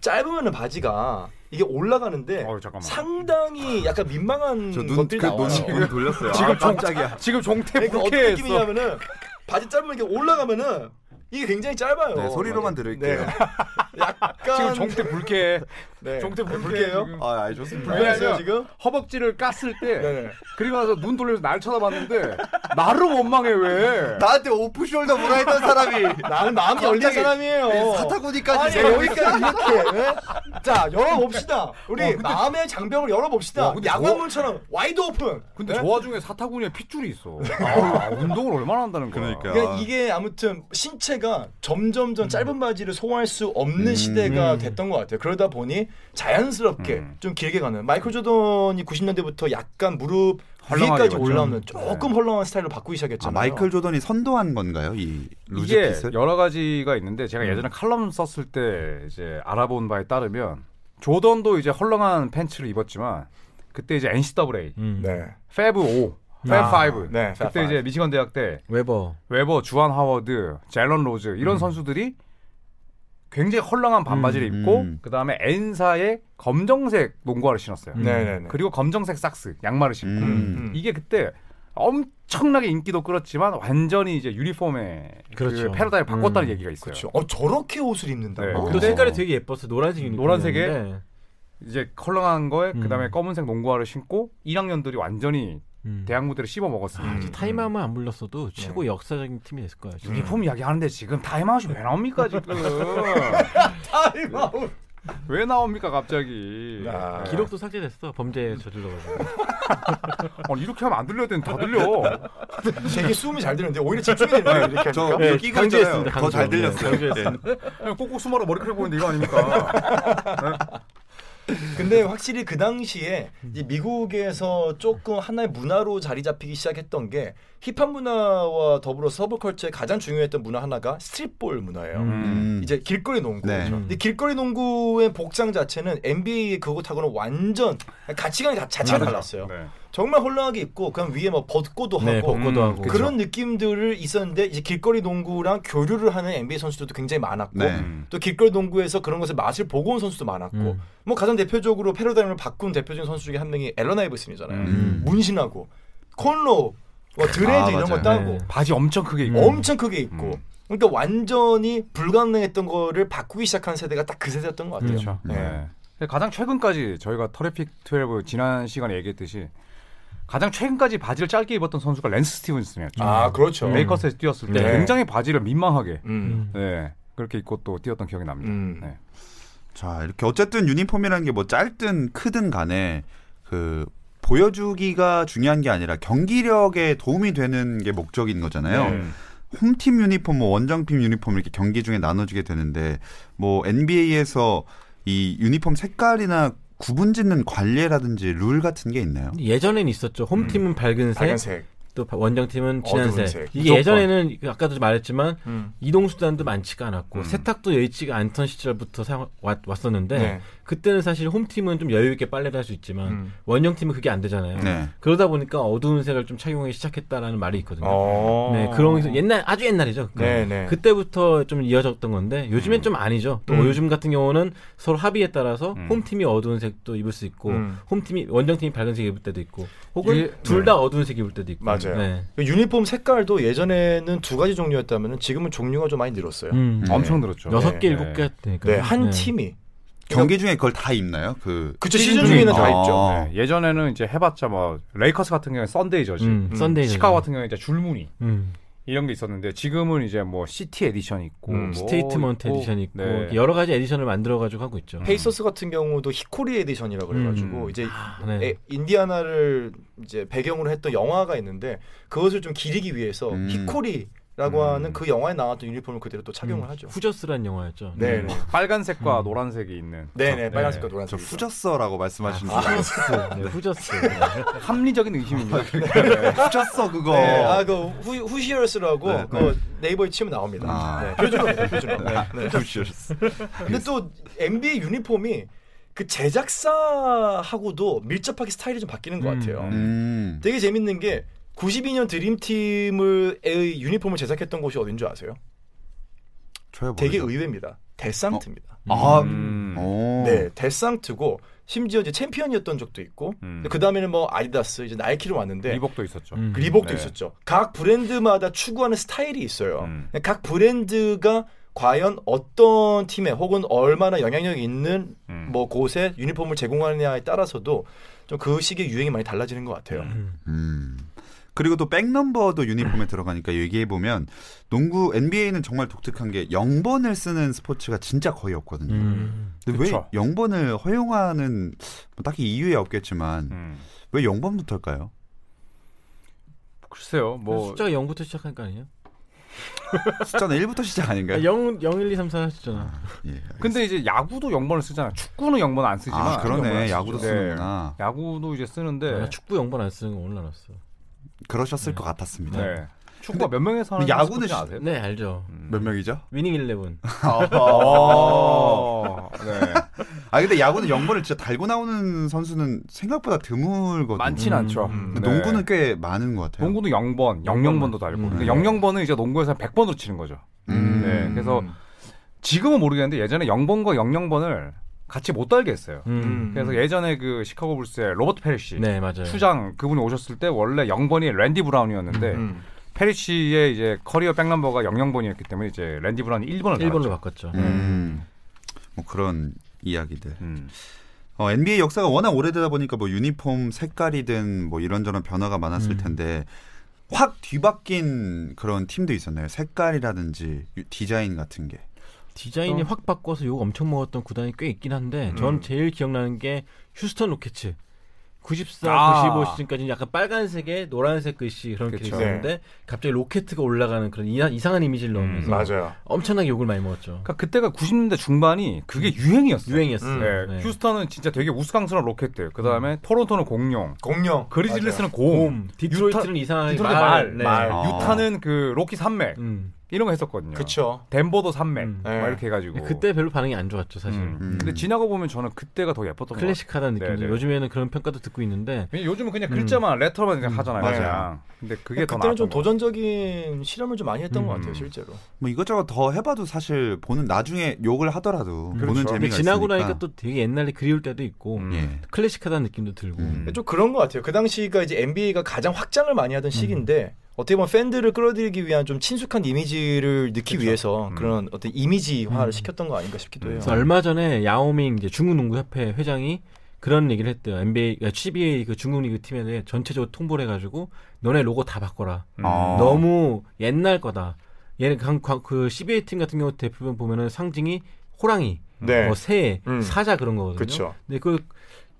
S3: 짧으면은 바지가 이게 올라가는데
S4: 어우, 잠깐만.
S3: 상당히 약간 민망한
S2: 저눈
S3: 것들이
S2: 그
S3: 나와요. 네,
S2: 눈, 눈 돌렸어요.
S4: 지금
S2: 아, 깜짝이야.
S4: 지금 종태
S3: 그러니까 어떤
S4: 네, 불쾌했어
S3: 느낌이냐면은 바지 짧으면 이게 올라가면은 이게 굉장히 짧아요.
S2: 네, 소리로만 들을게요.
S3: 어, 네. 약간
S4: 지금 종태 불쾌해
S3: 네.
S4: 종태
S3: 네,
S4: 불쾌해요
S3: 지금.
S2: 아, 아니, 좋습니다.
S3: 불편해요 지금?
S4: 허벅지를 깠을 때
S3: 네.
S4: 그리고 나서 눈 돌려서 날 쳐다봤는데 나를 원망해 왜
S2: 나한테 오프숄더 뭐라 했던 사람이
S3: 나는 마음이 열린
S2: 갑자기
S3: 사람이에요.
S2: 사타구니까지
S3: 어. 아니 여기까지 이렇게 예? 자 열어봅시다 우리 마음의 장벽을 열어봅시다
S4: 와, 근데
S3: 야광문처럼 와이드 오픈
S4: 근데
S2: 네?
S3: 예?
S4: 저 와중에 사타구니에 핏줄이 있어 아, 운동을 얼마나 한다는 거야 음.
S2: 그러니까.
S3: 그러니까 이게 아무튼 신체가 점점 점 짧은 바지를 소화할 수 없는
S2: 음.
S3: 시대가 됐던 것 같아요 그러다 보니 자연스럽게
S4: 음.
S3: 좀 길게 가는 마이클 조던이 90년대부터 약간 무릎
S4: 헐렁하게 그렇죠.
S3: 위까지
S4: 입었죠. 네.
S3: 올라오는 조금 헐렁한 스타일로 바꾸기
S2: 아,
S3: 시작했잖아요
S2: 마이클 조던이 선도한 건가요? 이 루즈
S4: 이게
S2: 핏을? 음.
S4: 여러 가지가 있는데 제가 예전에 칼럼 썼을 때 이제 알아본 바에 따르면 조던도 이제 헐렁한 팬츠를 입었지만 그때 이제 NCAA
S5: 음.
S3: 네.
S4: 페브 5,
S2: 아,
S4: 페브 5
S3: 네,
S4: 그때
S3: Fab
S4: 이제 미시건 대학 때
S5: 웨버.
S4: 웨버, 주한 하워드, 젤런 로즈 이런 선수들이 굉장히 헐렁한 반바지를
S2: 음,
S4: 입고
S2: 음.
S4: 그다음에 N사의 검정색 농구화를 신었어요.
S5: 음.
S3: 네네네
S4: 그리고 검정색 삭스 양말을 신고
S2: 음.
S4: 이게 그때 엄청나게 인기도 끌었지만 완전히 이제 유니폼의 그
S5: 그렇죠.
S4: 패러다임을 바꿨다는
S5: 음.
S4: 얘기가 있어요.
S3: 그렇죠 어 저렇게 옷을 입는다 아,
S4: 네.
S3: 고
S5: 또 색깔이 되게 예뻤어. 노란색 유니폼.
S4: 노란색에? 이제 컬러한 거에
S5: 음.
S4: 그다음에 검은색 농구화를 신고 1학년들이 완전히
S5: 음.
S4: 대학 무대를 씹어 먹었습니다.
S5: 타임아웃만 안 불렀어도 최고 역사적인 팀이 됐을 거예요. 진짜.
S4: 유니폼 이야기하는데 지금 타임아웃이 왜 나옵니까 지금?
S3: 타임아웃
S4: 왜 나옵니까 갑자기?
S3: 아.
S4: 네.
S5: 기록도 삭제됐어. 범죄 저질러가지고.
S4: 어, 이렇게 하면 안 들려야 되는데 다 들려.
S3: 되게 숨이 잘 되는데 오히려 집중이 되네요 이렇게 하니까.
S2: 저
S5: 네,
S2: 끼고 있잖아요.
S5: 강조했습니다, 강조.
S2: 더잘 들렸어요.
S5: 네, 강조했습니다.
S4: 그냥 꼭꼭 숨어라 머리카락 보는데 이거 아닙니까?
S3: 근데 확실히 그 당시에 이제 미국에서 조금 하나의 문화로 자리 잡히기 시작했던 게 힙합 문화와 더불어 서브컬처의 가장 중요했던 문화 하나가 스트릿볼 문화예요.
S2: 음.
S3: 이제 길거리 농구.
S2: 네.
S3: 그렇죠. 근데 길거리 농구의 복장 자체는 NBA의 그것하고는 완전 가치관 자체가 달랐어요.
S4: 네.
S3: 정말 홀랑하게 입고 그냥 위에 뭐 벗고도 하고
S5: 네, 벗고도
S4: 음,
S5: 하고.
S4: 그쵸.
S3: 그런 느낌들을 있었는데 이제 길거리 농구랑 교류를 하는 NBA 선수들도 굉장히 많았고
S2: 네.
S3: 또 길거리 농구에서 그런 것의 맛을 보고 온 선수도 많았고
S5: 음.
S3: 뭐 가장 대표적으로 패러다임을 바꾼 대표적인 선수 중에 한 명이 앨런 아이버슨이잖아요.
S2: 음.
S3: 문신하고 콘로, 뭐 드레드
S2: 아,
S3: 이런 거
S2: 맞아요. 음.
S3: 따고
S5: 네.
S4: 바지 엄청 크게 입고.
S3: 엄청 크게 입고 그러니까 완전히 불가능했던 거를 바꾸기 시작한 세대가 딱 그 세대였던 것 같아요.
S4: 그렇죠.
S2: 네.
S4: 네. 근데 가장 최근까지 저희가 터레픽 12 지난 시간에 얘기했듯이 가장 최근까지 바지를 짧게 입었던 선수가 랜스 스티븐슨이었죠.
S3: 아 그렇죠.
S4: 메이커스에서 뛰었을 때
S3: 네.
S4: 굉장히 바지를 민망하게
S3: 음.
S4: 네, 그렇게 입고 또 뛰었던 기억이 납니다.
S3: 음.
S4: 네.
S2: 자, 이렇게 어쨌든 유니폼이라는 게 뭐 짧든 크든 간에 그 보여주기가 중요한 게 아니라 경기력에 도움이 되는 게 목적인
S4: 네.
S2: 거잖아요.
S5: 네.
S2: 홈팀 유니폼, 뭐 원정팀 유니폼 이렇게 경기 중에 나눠지게 되는데 뭐 NBA에서 이 유니폼 색깔이나 구분짓는 관례라든지 룰 같은 게 있나요?
S5: 네. 예전엔 있었죠. 홈팀은 밝은색,
S3: 빨간색.
S5: 또 원정팀은
S3: 어두운
S5: 진한색.
S3: 색.
S5: 이게
S4: 무조건.
S5: 예전에는 그 아까도 말했지만
S3: 음.
S5: 이동 수단도 많지가 않았고
S2: 음.
S5: 세탁도 여의치가 않던 시절부터 사용, 왔, 었는데
S3: 네.
S5: 그때는 사실 홈팀은 좀 여유 있게 빨래를 할 수 있지만
S3: 음.
S5: 원정팀은 그게 안 되잖아요.
S2: 네.
S5: 그러다 보니까 어두운 색을 좀 착용하기 시작했다라는 말이 있거든요.
S3: 어.
S5: 네, 그런 게 옛날 아주 옛날이죠. 그건.
S3: 네, 네.
S5: 그때부터 좀 이어졌던 건데 요즘엔 좀 아니죠. 또
S3: 음.
S5: 요즘 같은 경우는 서로 합의에 따라서
S4: 음.
S5: 홈팀이 어두운 색도 입을 수 있고
S3: 음. 네.
S5: 홈팀이 원정팀이 밝은 색 입을 때도 있고 혹은
S4: 예,
S5: 둘 다 어두운 색 입을 때도 있고
S3: 맞아요.
S5: 네.
S3: 그 유니폼 색깔도 예전에는 두 가지 종류였다면 지금은 종류가 좀 많이 늘었어요.
S5: 음.
S2: 네.
S4: 엄청 늘었죠.
S5: 여섯
S4: 네.
S5: 개 일곱 개 되니까
S3: 네, 한 팀이
S2: 경기 중에 그걸 다 입나요? 그
S3: 그쵸 시즌 중에는 다
S2: 아.
S3: 있죠.
S2: 어.
S4: 네, 예전에는 이제 해봤자 뭐 레이커스 같은 경우에 썬데이 저지,
S5: 음,
S3: 음.
S5: 썬데이
S4: 시카고 같은 경우에 이제 줄무늬
S5: 음.
S4: 이런 게 있었는데 지금은 이제 뭐 시티 에디션 있고,
S3: 음,
S4: 뭐
S5: 스테이트먼트
S4: 있고,
S5: 에디션 있고
S4: 네.
S5: 이렇게 여러 가지 에디션을 만들어 가지고 하고 있죠.
S3: 페이서스 같은 경우도 히코리 에디션이라 그래가지고
S4: 음.
S3: 이제
S5: 아, 네.
S3: 에- 인디아나를 이제 배경으로 했던 영화가 있는데 그것을 좀 기리기 위해서
S2: 음.
S3: 히코리라고
S4: 음.
S3: 하는 그 영화에 나왔던 유니폼을 그대로 또 착용을 하죠.
S5: 후저스란 영화였죠.
S3: 네,
S4: 음,
S3: 네,
S4: 빨간색과
S5: 뭐. 음.
S4: 노란색이 있는
S3: 네,
S4: 네.
S3: 네, 빨간색과
S2: 저
S3: 노란색.
S2: 후졌어라고 말씀하신 줄
S5: 아,
S2: 알았어요.
S5: 후저스. 네, 후저스.
S4: 네. 합리적인 의심입니다.
S2: 아, 네.
S4: 네.
S2: 후졌어 그거.
S3: 네, 아그 후시얼스라고
S2: 네,
S3: 그 네이버에 치면 나옵니다.
S2: 아.
S3: 네, 표준어입니다. 표준어. 네, 네.
S2: 후졌어.
S3: 근데 또 NBA 유니폼이 그 제작사하고도 밀접하게 스타일이 좀 바뀌는 것
S4: 음.
S3: 같아요.
S2: 음.
S3: 되게 재밌는 게 92년 드림팀을 의 유니폼을 제작했던 곳이 어딘 줄 아세요?
S2: 저야
S3: 되게
S2: 모르죠.
S3: 의외입니다. 데상트입니다.
S2: 음. 아, 어.
S4: 음.
S2: 오.
S3: 네, 데상트고 심지어 이제 챔피언이었던 적도 있고
S4: 음.
S3: 그 다음에는 뭐 아디다스 이제 나이키로
S2: 네.
S3: 왔는데
S4: 리복도 있었죠.
S5: 음.
S3: 그 리복도
S4: 네.
S3: 있었죠. 각 브랜드마다 추구하는 스타일이 있어요.
S4: 음.
S3: 각 브랜드가 과연 어떤 팀에 혹은 얼마나 영향력 있는
S4: 음.
S3: 뭐 곳에 유니폼을 제공하느냐에 따라서도 좀 그 시기의 유행이 많이 달라지는 것 같아요.
S2: 음. 그리고 또 백넘버도 유니폼에 들어가니까 얘기해 보면 농구 NBA는 정말 독특한 게 0번을 쓰는 스포츠가 진짜 거의 없거든요.
S5: 음.
S2: 근데
S4: 그쵸.
S2: 왜 0번을 허용하는 뭐 딱히 이유야 없겠지만
S4: 음.
S2: 왜 0번부터일까요?
S4: 글쎄요, 뭐
S5: 숫자가 0부터 시작한 거 아니에요?
S2: 숫자는 1부터 시작 아닌가요?
S4: 그러니까.
S5: 아, 0, 0, 1, 2, 3, 4 하셨잖아.
S2: 예.
S4: 근데 이제 야구도 0번을 쓰잖아. 요 축구는 0번 안 쓰지만
S2: 아 그러네 야구도
S4: 네.
S2: 쓰는구나
S4: 야구도 이제 쓰는데
S5: 아, 나 축구 0번 안 쓰는 거 오늘 알았어.
S2: 그러셨을 것 같았습니다
S4: 네. 축구가 몇 명에서 하는
S2: 근데 야구는
S4: 스포츠 아세요?
S5: 네, 알죠.
S2: 몇 명이죠?
S5: 위닝 11.
S4: 어. 네.
S2: 아 근데 야구는 0번을 진짜 달고 나오는 선수는 생각보다 드물거든요
S4: 많진
S5: 음.
S4: 않죠.
S3: 음.
S2: 근데
S4: 네.
S2: 농구는 꽤 많은 것 같아요
S4: 농구도 0번, 00번도 달고.
S5: 음.
S4: 근데
S2: 네.
S4: 00번은 이제 농구에서 100번으로 치는 거죠.
S2: 음.
S4: 네. 그래서 지금은 모르겠는데 예전에 0번과 00번을 같이 못 달게 했어요.
S5: 음.
S4: 그래서 예전에 그 시카고 불스의 로버트 페리시
S5: 네, 맞아요.
S4: 추장 그분이 오셨을 때 원래 0번이 랜디 브라운이었는데
S3: 음.
S4: 페리시의 이제 커리어 백넘버가 00번이었기 때문에 이제 랜디 브라운이 1번을 달았죠. 네.
S5: 1번으로 바꿨죠.
S2: 음. 뭐 그런 이야기들
S4: 음.
S2: 어, NBA 역사가 워낙 오래되다 보니까 뭐 유니폼 색깔이든 뭐 이런저런 변화가 많았을
S5: 음.
S2: 텐데 확 뒤바뀐 그런 팀도 있었나요? 색깔이라든지 유- 디자인 같은 게.
S4: 어.
S5: 디자인이 확 바꿔서 욕 엄청 먹었던 구단이 꽤 있긴
S4: 음.
S5: 한데 전 제일 기억나는 게 휴스턴 로켓츠 94,
S4: 아.
S5: 95 시즌까지는 약간 빨간색에 노란색 글씨 그런 게
S4: 그쵸. 네.
S5: 있었는데 갑자기 로켓트가 올라가는 그런 이하- 이상한 이미지를 넣으면서
S3: 맞아요.
S5: 엄청나게 욕을 많이 먹었죠.
S4: 음, 그러니까 그때가 90년대 중반이 그게 유행이었어요.
S5: 음. 유행이었어요.
S4: 네,
S5: 네.
S4: 휴스턴은 진짜 되게 우스꽝스러운 로켓들. 그 다음에 토론토는 공룡,
S3: 공룡.
S4: 그리즐리스는
S5: 곰,
S4: 곰,
S5: 디트로이트는 이상하게
S4: 음, 디트로이트 말,
S5: 네.
S3: 말.
S2: 아.
S4: 유타는 그 로키 산맥
S5: 음.
S4: 이런 거 했었거든요.
S3: 그렇죠.
S4: 덴버도 산맥
S5: 음.
S4: 막
S3: 네.
S4: 이렇게 해가지고
S5: 그때 별로 반응이 안 좋았죠 사실.
S4: 음.
S2: 음.
S4: 근데 지나고 보면 저는 그때가 더 예뻤던 것
S5: 클래식하다는 음.
S4: 네,
S5: 느낌이
S4: 네.
S5: 요즘에는 그런 평가도 듣고 있는데
S4: 같아요. 요즘은 그냥 글자만 레터만 그냥 하잖아요.
S2: 맞아요.
S4: 그냥. 근데 그게
S5: 그러니까
S4: 더
S3: 그때는
S4: 나았던
S3: 좀
S4: 것
S3: 도전적인 실험을 좀 많이 했던 것
S4: 음.
S3: 같아요, 실제로.
S2: 뭐 이것저것 더 해봐도 사실 보는 나중에 욕을 하더라도 보는
S4: 그렇죠.
S5: 음. 근데
S2: 재미가
S5: 지나고
S2: 있으니까.
S5: 나니까 또 되게 옛날에 그리울 때도 있고
S4: 음.
S2: 예.
S5: 클래식하다는 느낌도 들고
S2: 음.
S3: 좀 그런 것 같아요. 그 당시가 이제 NBA가 가장 확장을 많이 하던 시기인데 어떻게 보면 팬들을 끌어들이기 위한 좀 친숙한 이미지를 넣기 위해서
S4: 음.
S3: 그런 어떤 이미지화를
S5: 음.
S3: 시켰던 거 아닌가 싶기도 해요.
S5: 그래서 얼마 전에 야오밍 이제 중국농구협회 회장이 그런 얘기를 했대요. NBA, 아, CBA 그 중국리그 팀에 대해 전체적으로 통보를 해가지고 너네 로고 다 바꿔라.
S4: 음.
S2: 아.
S5: 너무 옛날 거다. 얘는 강- 과- 그 CBA 팀 같은 경우 대표면 보면은 상징이 호랑이,
S3: 네.
S5: 뭐 새,
S3: 음.
S5: 사자 그런 거거든요.
S3: 그쵸.
S5: 근데 그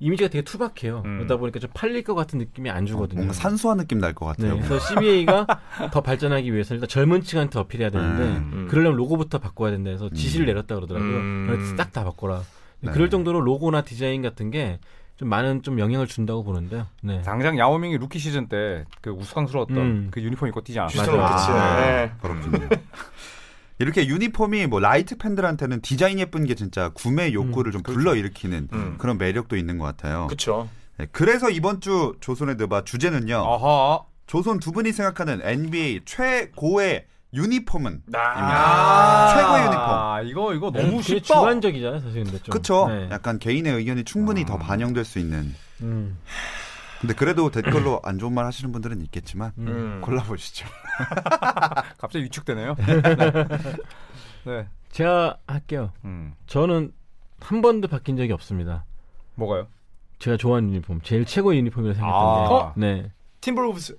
S5: 이미지가 되게 투박해요.
S4: 음.
S5: 그러다 보니까 좀 팔릴 것 같은 느낌이 안 주거든요.
S2: 뭔가 산소한 느낌 날 것
S5: 네,
S2: 같아요.
S5: 그래서 CBA가 더 발전하기 위해서 일단 젊은 층한테 어필해야 되는데
S4: 음.
S5: 그러려면 로고부터 바꿔야 된다 해서 지시를 내렸다 그러더라고요.
S3: 음.
S5: 딱 다 바꿔라.
S2: 네.
S5: 그럴 정도로 로고나 디자인 같은 게 좀 많은 좀 영향을 준다고 보는데요. 네.
S4: 당장 야오밍이 루키 시즌 때 그 우스꽝스러웠던
S5: 음.
S4: 그 유니폼 입고 뛰지 않았어요.
S3: 슈스터
S5: 맞아요.
S3: 로켓이
S2: 아,
S3: 네.
S2: 그렇군요. 이렇게 유니폼이 뭐 라이트 팬들한테는 디자인 예쁜 게 진짜 구매 욕구를 좀 불러일으키는
S3: 그렇죠. 음.
S2: 그런 매력도 있는 것 같아요.
S3: 그쵸.
S2: 네, 그래서 이번 주 조선의 드바 주제는요.
S3: 아.
S4: 어허.
S2: 조선 두 분이 생각하는 NBA 최고의 유니폼은
S3: 아.
S2: 최고의 유니폼.
S4: 아, 이거 이거
S5: 네,
S4: 너무
S5: 그게
S4: 쉽다.
S5: 주관적이잖아요, 사실 근데 좀.
S2: 그쵸?
S5: 네.
S2: 약간 개인의 의견이 충분히
S3: 아.
S2: 더 반영될 수 있는.
S5: 음.
S2: 근데 그래도 댓글로 안 좋은 말 하시는 분들은 있겠지만
S3: 음.
S2: 골라보시죠.
S4: 갑자기 위축되네요. 네.
S5: 제가 할게요.
S4: 음.
S5: 저는 한 번도 바뀐 적이 없습니다.
S4: 뭐가요?
S5: 제가 좋아하는 유니폼, 제일 최고의 유니폼이라 생각했던
S4: 아.
S5: 게.
S4: 어?
S5: 네.
S3: 팀브로브스.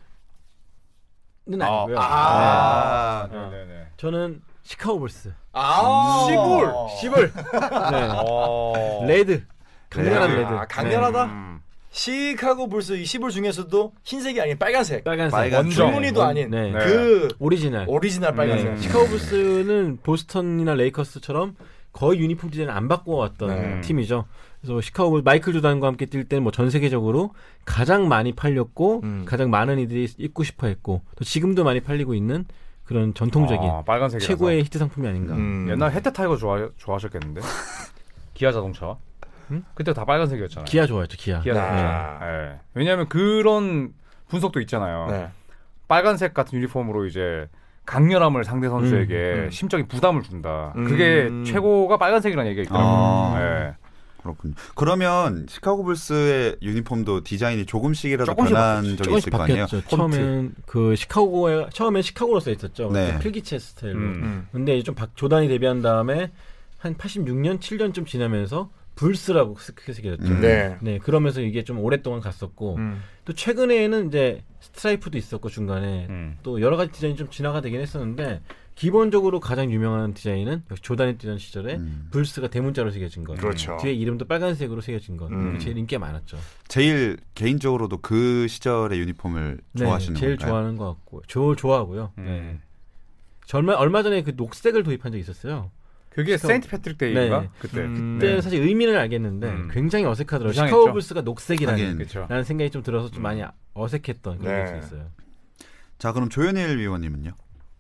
S5: 는
S4: 아.
S5: 아니고요.
S3: 아.
S5: 네. 네.
S4: 네.
S5: 저는 시카고 볼스.
S3: 아.
S4: 시골.
S5: 시불. 네.
S4: 어.
S5: 레드. 강렬한
S4: 네.
S2: 레드.
S5: 레드.
S3: 아, 강렬하다.
S4: 음.
S3: 시카고 불스 이 시불 중에서도 흰색이 아닌 빨간색.
S5: 네. 빨간색.
S2: 빨간
S4: 원정.
S3: 주문이도 아닌
S5: 네.
S4: 네.
S3: 그
S5: 오리지널.
S3: 오리지널 빨간색.
S5: 네. 시카고 불스는 보스턴이나 레이커스처럼 거의 유니폼 디자인을 안 바꿔왔던
S4: 네.
S5: 팀이죠. 그래서 시카고 불 마이클 조단과 함께 뛸 때는 뭐 전 세계적으로 가장 많이 팔렸고
S3: 음.
S5: 가장 많은 이들이 입고 싶어 했고 또 지금도 많이 팔리고 있는 그런 전통적인
S4: 아, 빨간색이라서.
S5: 최고의 히트 상품이 아닌가.
S3: 음.
S4: 옛날 헤태 타이거 좋아 좋아하셨겠는데. 기아 자동차.
S5: 음?
S4: 그때 다 빨간색이었잖아요.
S5: 기아 좋아했죠, 기아. 네.
S4: 기아 자동차. 예. 왜냐하면 그런 분석도 있잖아요.
S3: 네.
S4: 빨간색 같은 유니폼으로 이제 강렬함을 상대 선수에게
S3: 음, 음.
S4: 심적인 부담을 준다.
S3: 음.
S4: 그게 최고가 빨간색이라는 얘기가 있더라고요.
S2: 아.
S4: 예.
S2: 그렇군요. 그러면 시카고 불스의 유니폼 도 디자인이 조금씩이라도
S4: 조금씩
S2: 변한
S4: 바뀌었죠.
S2: 적이 있을
S5: 조금씩
S2: 거 아니에요?
S5: 바뀌었죠.
S2: 폰트.
S5: 처음엔 그 시카고에 처음엔 시카고로 써 있었죠.
S2: 네.
S5: 그러니까 필기체 스타일로.
S4: 음.
S3: 음.
S5: 근데 이제 좀 박- 조단이 데뷔한 다음에 한 86년, 7년쯤 지나면서 불스라고 스- 크게 새겨졌죠.
S2: 음.
S3: 네.
S5: 네, 그러면서 이게 좀 오랫동안 갔었고
S3: 음.
S5: 또 최근에는 이제 스트라이프도 있었고 중간에
S4: 음.
S5: 또 여러 가지 디자인이 좀 진화가 되긴 했었는데 기본적으로 가장 유명한 디자인은 역시 조단이 뛰던 시절에
S2: 음.
S5: 불스가 대문자로 새겨진 것.
S3: 그렇죠. 음.
S5: 뒤에 이름도 빨간색으로 새겨진 것. 그게 제일 인기가 많았죠.
S2: 제일 개인적으로도 그 시절의 유니폼을
S5: 네,
S2: 좋아하시는
S5: 제일
S2: 건가요?
S5: 좋아하는 것 같고 저 좋아하고요.
S4: 음.
S3: 음.
S5: 네. 저 얼마 얼마 전에 그 녹색을 도입한 적이 있었어요.
S4: 그게
S5: 시카고-
S4: 세인트 패트릭 데이인가?
S5: 네.
S4: 그때.
S3: 음.
S5: 그때
S4: 네.
S5: 사실 의미는 알겠는데
S4: 음.
S5: 굉장히 어색하더라고요.
S4: 이상했죠.
S5: 시카고 불스가 녹색이라는
S2: 하긴.
S4: 네. 그쵸.
S5: 라는 생각이 좀 들어서 좀 많이 어색했던 그런
S3: 그렇죠. 음. 네.
S5: 게 있어요.
S2: 자 그럼 조현일 위원님은요?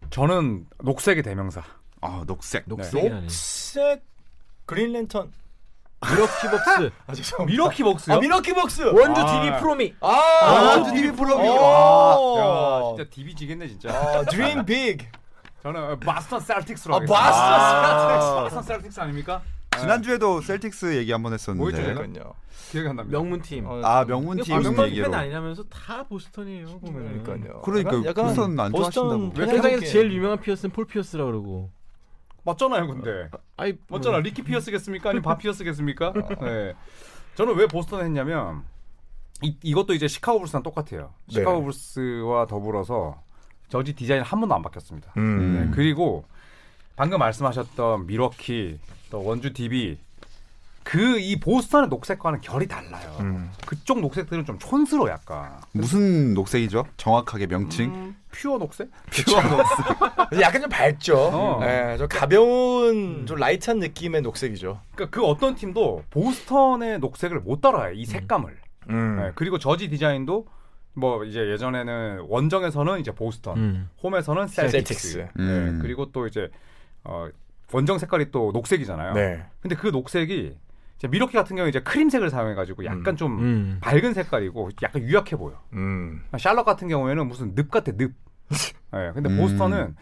S4: 저는 녹색의 대명사.
S2: 아 녹색.
S5: 녹색이라니.
S3: 녹색 그린랜턴.
S5: 미러키벅스 어?
S3: 아 죄송합니다.
S4: 미러키 복스요?
S3: 아 미러키 복스.
S5: 원주
S4: 아.
S5: TV 프로미.
S3: 아,
S2: 원주 TV 프로그램.
S4: 야,
S3: 아,
S4: 진짜 DB 지겠네 진짜.
S3: 아, 드림 빅.
S4: 저는 마스터 셀틱스로
S3: 아,
S4: 하겠습니다.
S3: 마스터 셀틱스.
S4: 마스터 셀틱스 아닙니까?
S2: 지난주에도 셀틱스 얘기 한번
S4: 뭐였죠,
S2: 했었는데.
S4: 제가?
S3: 그러니까요.
S4: 기억이 안 납니다.
S5: 명문 팀.
S3: 어,
S2: 아 명문
S5: 이거
S2: 팀
S5: 보스턴
S2: 얘기로.
S5: 팬 아니라면서 다
S3: 네.
S5: 보스턴이에요. 보면.
S3: 그러니까요.
S2: 그러니까
S3: 약간- 약간
S2: 보스턴 안
S3: 보스턴
S2: 좋아하신다고.
S3: 그팬
S5: 세상에서
S3: 함께.
S5: 제일 유명한 피어스는 폴 피어스라 그러고.
S4: 맞잖아요, 근데.
S5: 아이
S3: 음.
S4: 맞잖아.
S5: 뭐,
S4: 리키 피어스겠습니까? 아니면 바 피어스겠습니까? 네. 저는 왜 보스턴 했냐면 이, 이것도 이제 시카고 불스랑 똑같아요.
S3: 네.
S4: 시카고 불스와 더불어서 저지 디자인 한 번도 안 바뀌었습니다.
S3: 음.
S4: 네, 그리고 방금 말씀하셨던 미러키 또 원주 DB 그 이 보스턴의 녹색과는 결이 달라요.
S3: 음.
S4: 그쪽 녹색들은 좀 촌스러워 약간.
S2: 무슨 녹색이죠? 정확하게 명칭.
S3: 음.
S4: 퓨어 녹색?
S2: 퓨어 녹색.
S3: 그래서 약간 좀 밝죠.
S4: 어.
S3: 네, 좀 가벼운, 좀 라이트한 느낌의 녹색이죠.
S4: 그러니까 그 어떤 팀도 보스턴의 녹색을 못 따라해요. 이 색감을. 네, 그리고 저지 디자인도 뭐 이제 예전에는 원정에서는 이제 보스턴,
S5: 음.
S4: 홈에서는 셀틱스.
S3: 셀틱스.
S4: 네,
S2: 음.
S4: 그리고 또 이제 어, 원정 색깔이 또 녹색이잖아요.
S3: 네.
S4: 근데 그 녹색이 이제 미러키 같은 경우 이제 크림색을 사용해가지고 약간 좀
S5: 음.
S4: 밝은 색깔이고 약간 유약해 보여.
S3: 음.
S4: 샬럿 같은 경우에는 무슨 늪 같아 늪. 네, 근데
S2: 음.
S4: 보스턴은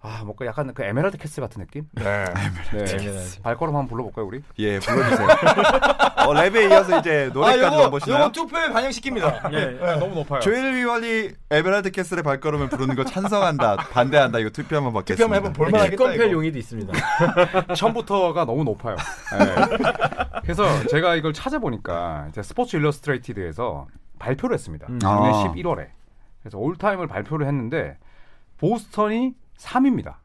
S4: 아 뭔가 약간 그 에메랄드 캐슬 같은 느낌?
S3: 네.
S4: 네.
S5: 캐슬.
S4: 발걸음 한번 불러볼까요 우리?
S2: 예 불러주세요. 어, 랩에 이어서 이제
S3: 아,
S2: 노래까지
S3: 요거,
S2: 넘보시나요?
S3: 요거 투표에 반영시킵니다.
S5: 네.
S4: 너무 높아요.
S2: 조현일 위원이 에메랄드 캐슬의 발걸음을 부르는 거 찬성한다, 반대한다 이거 투표 한번 받겠습니다.
S3: 투표만 해보면 볼만하겠다.
S5: 네, 기권패
S3: 이거.
S5: 용의도 있습니다.
S4: 처음부터가 너무 높아요. 네. 그래서 제가 이걸 찾아보니까 이제 스포츠 일러스트레이티드에서 발표를 했습니다.
S5: 음.
S4: 작년
S2: 아.
S4: 11월에. 그래서 올타임을 발표를 했는데 보스턴이 3위입니다.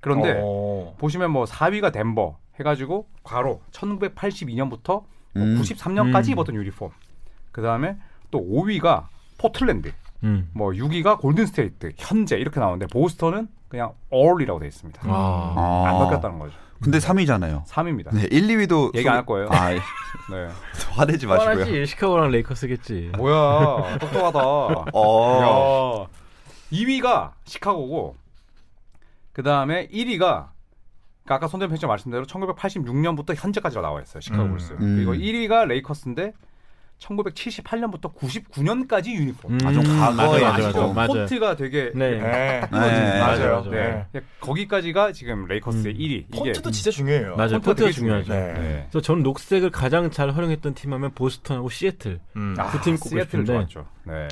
S4: 그런데
S3: 어.
S4: 보시면 뭐 4위가 덴버 해가지고 과로 1982년부터
S2: 음.
S4: 93년까지
S5: 음.
S4: 입었던 유니폼. 그 다음에 또 5위가 포틀랜드,
S5: 음.
S4: 뭐 6위가 골든스테이트 현재 이렇게 나오는데 보스턴은 그 그냥 all이라고 돼 있습니다.
S5: 아.
S2: 아.
S4: 안 바뀌었다는 거죠.
S2: 근데 3위잖아요.
S4: 3입니다.
S2: 네, 1, 2위도
S4: 얘기 안 할 거예요.
S2: 아, 예.
S4: 네.
S2: 화내지 마시고요.
S5: 뻔하지 시카고랑 레이커스겠지.
S4: 뭐야 똑똑하다.
S2: 어.
S4: 야. 2위가 시카고고 그 다음에 1위가 그러니까 아까 손대현 편집장 말씀대로 1986년부터 현재까지 나와 있어요 시카고
S5: 음.
S4: 불스
S2: 음.
S4: 그리고 1위가 레이커스인데 1978년부터 99년까지 유니폼
S5: 음,
S2: 아, 좀 과거의
S5: 맞아, 맞아,
S2: 아시죠?
S5: 맞아.
S4: 코트가 되게
S3: 네.
S5: 네.
S2: 네.
S5: 맞아요.
S3: 맞아요.
S5: 맞아요.
S3: 네.
S4: 네. 거기까지가 지금 레이커스의
S5: 음.
S4: 1위 이게
S3: 폰트도 진짜 어, 중요해요.
S5: 맞아요.
S4: 폰트가 되게
S5: 포트가 중요하죠.
S3: 네.
S4: 네.
S5: 그래서 저는 녹색을 가장 잘 활용했던 팀하면 보스턴하고 시애틀.
S3: 음.
S4: 아,
S5: 그 팀 꼽고
S4: 시애틀을
S5: 싶은데.
S4: 좋았죠 네.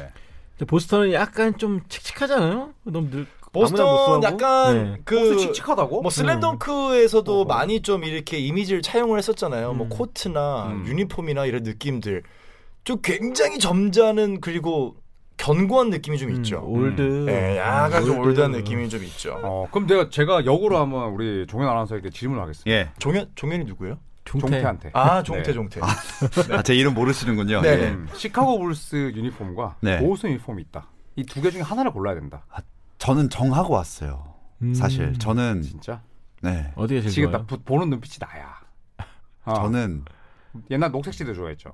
S5: 근데 보스턴은 약간 좀 칙칙하잖아요. 너무 늘 아무나 못
S3: 보스턴
S5: 쏘고.
S3: 약간
S5: 네.
S3: 그
S4: 칙칙하다고?
S3: 뭐 슬램덩크에서도 많이 좀 이렇게 이미지를 차용을 했었잖아요. 뭐
S5: 음.
S3: 코트나
S4: 음.
S3: 유니폼이나 이런 느낌들 좀 굉장히 점잖은 그리고 견고한 느낌이 좀
S5: 음,
S3: 있죠.
S5: 올드.
S3: 예, 약간 좀 올드한 느낌이 좀 있죠.
S4: 어, 그럼 내가 제가 역으로 한번 우리 종현 아나운서에게 질문을 하겠습니다
S2: 예.
S3: 종현 종현이 누구예요?
S5: 종태.
S4: 종태한테
S3: 아
S4: 네.
S3: 종태 종태.
S2: 아, 제 이름 모르시는군요.
S3: 네.
S2: 예.
S4: 음, 시카고 불스 유니폼과
S2: 네.
S4: 보호수 유니폼이 있다. 이 두 개 중에 하나를 골라야 된다.
S2: 저는 정하고 왔어요.
S5: 음.
S2: 사실 저는
S4: 진짜.
S2: 네.
S5: 어디가 제일
S4: 지금 나
S5: 좋아요?
S4: 부- 보는 눈빛이 나야. 어,
S2: 저는
S4: 옛날 녹색 시대 좋아했죠.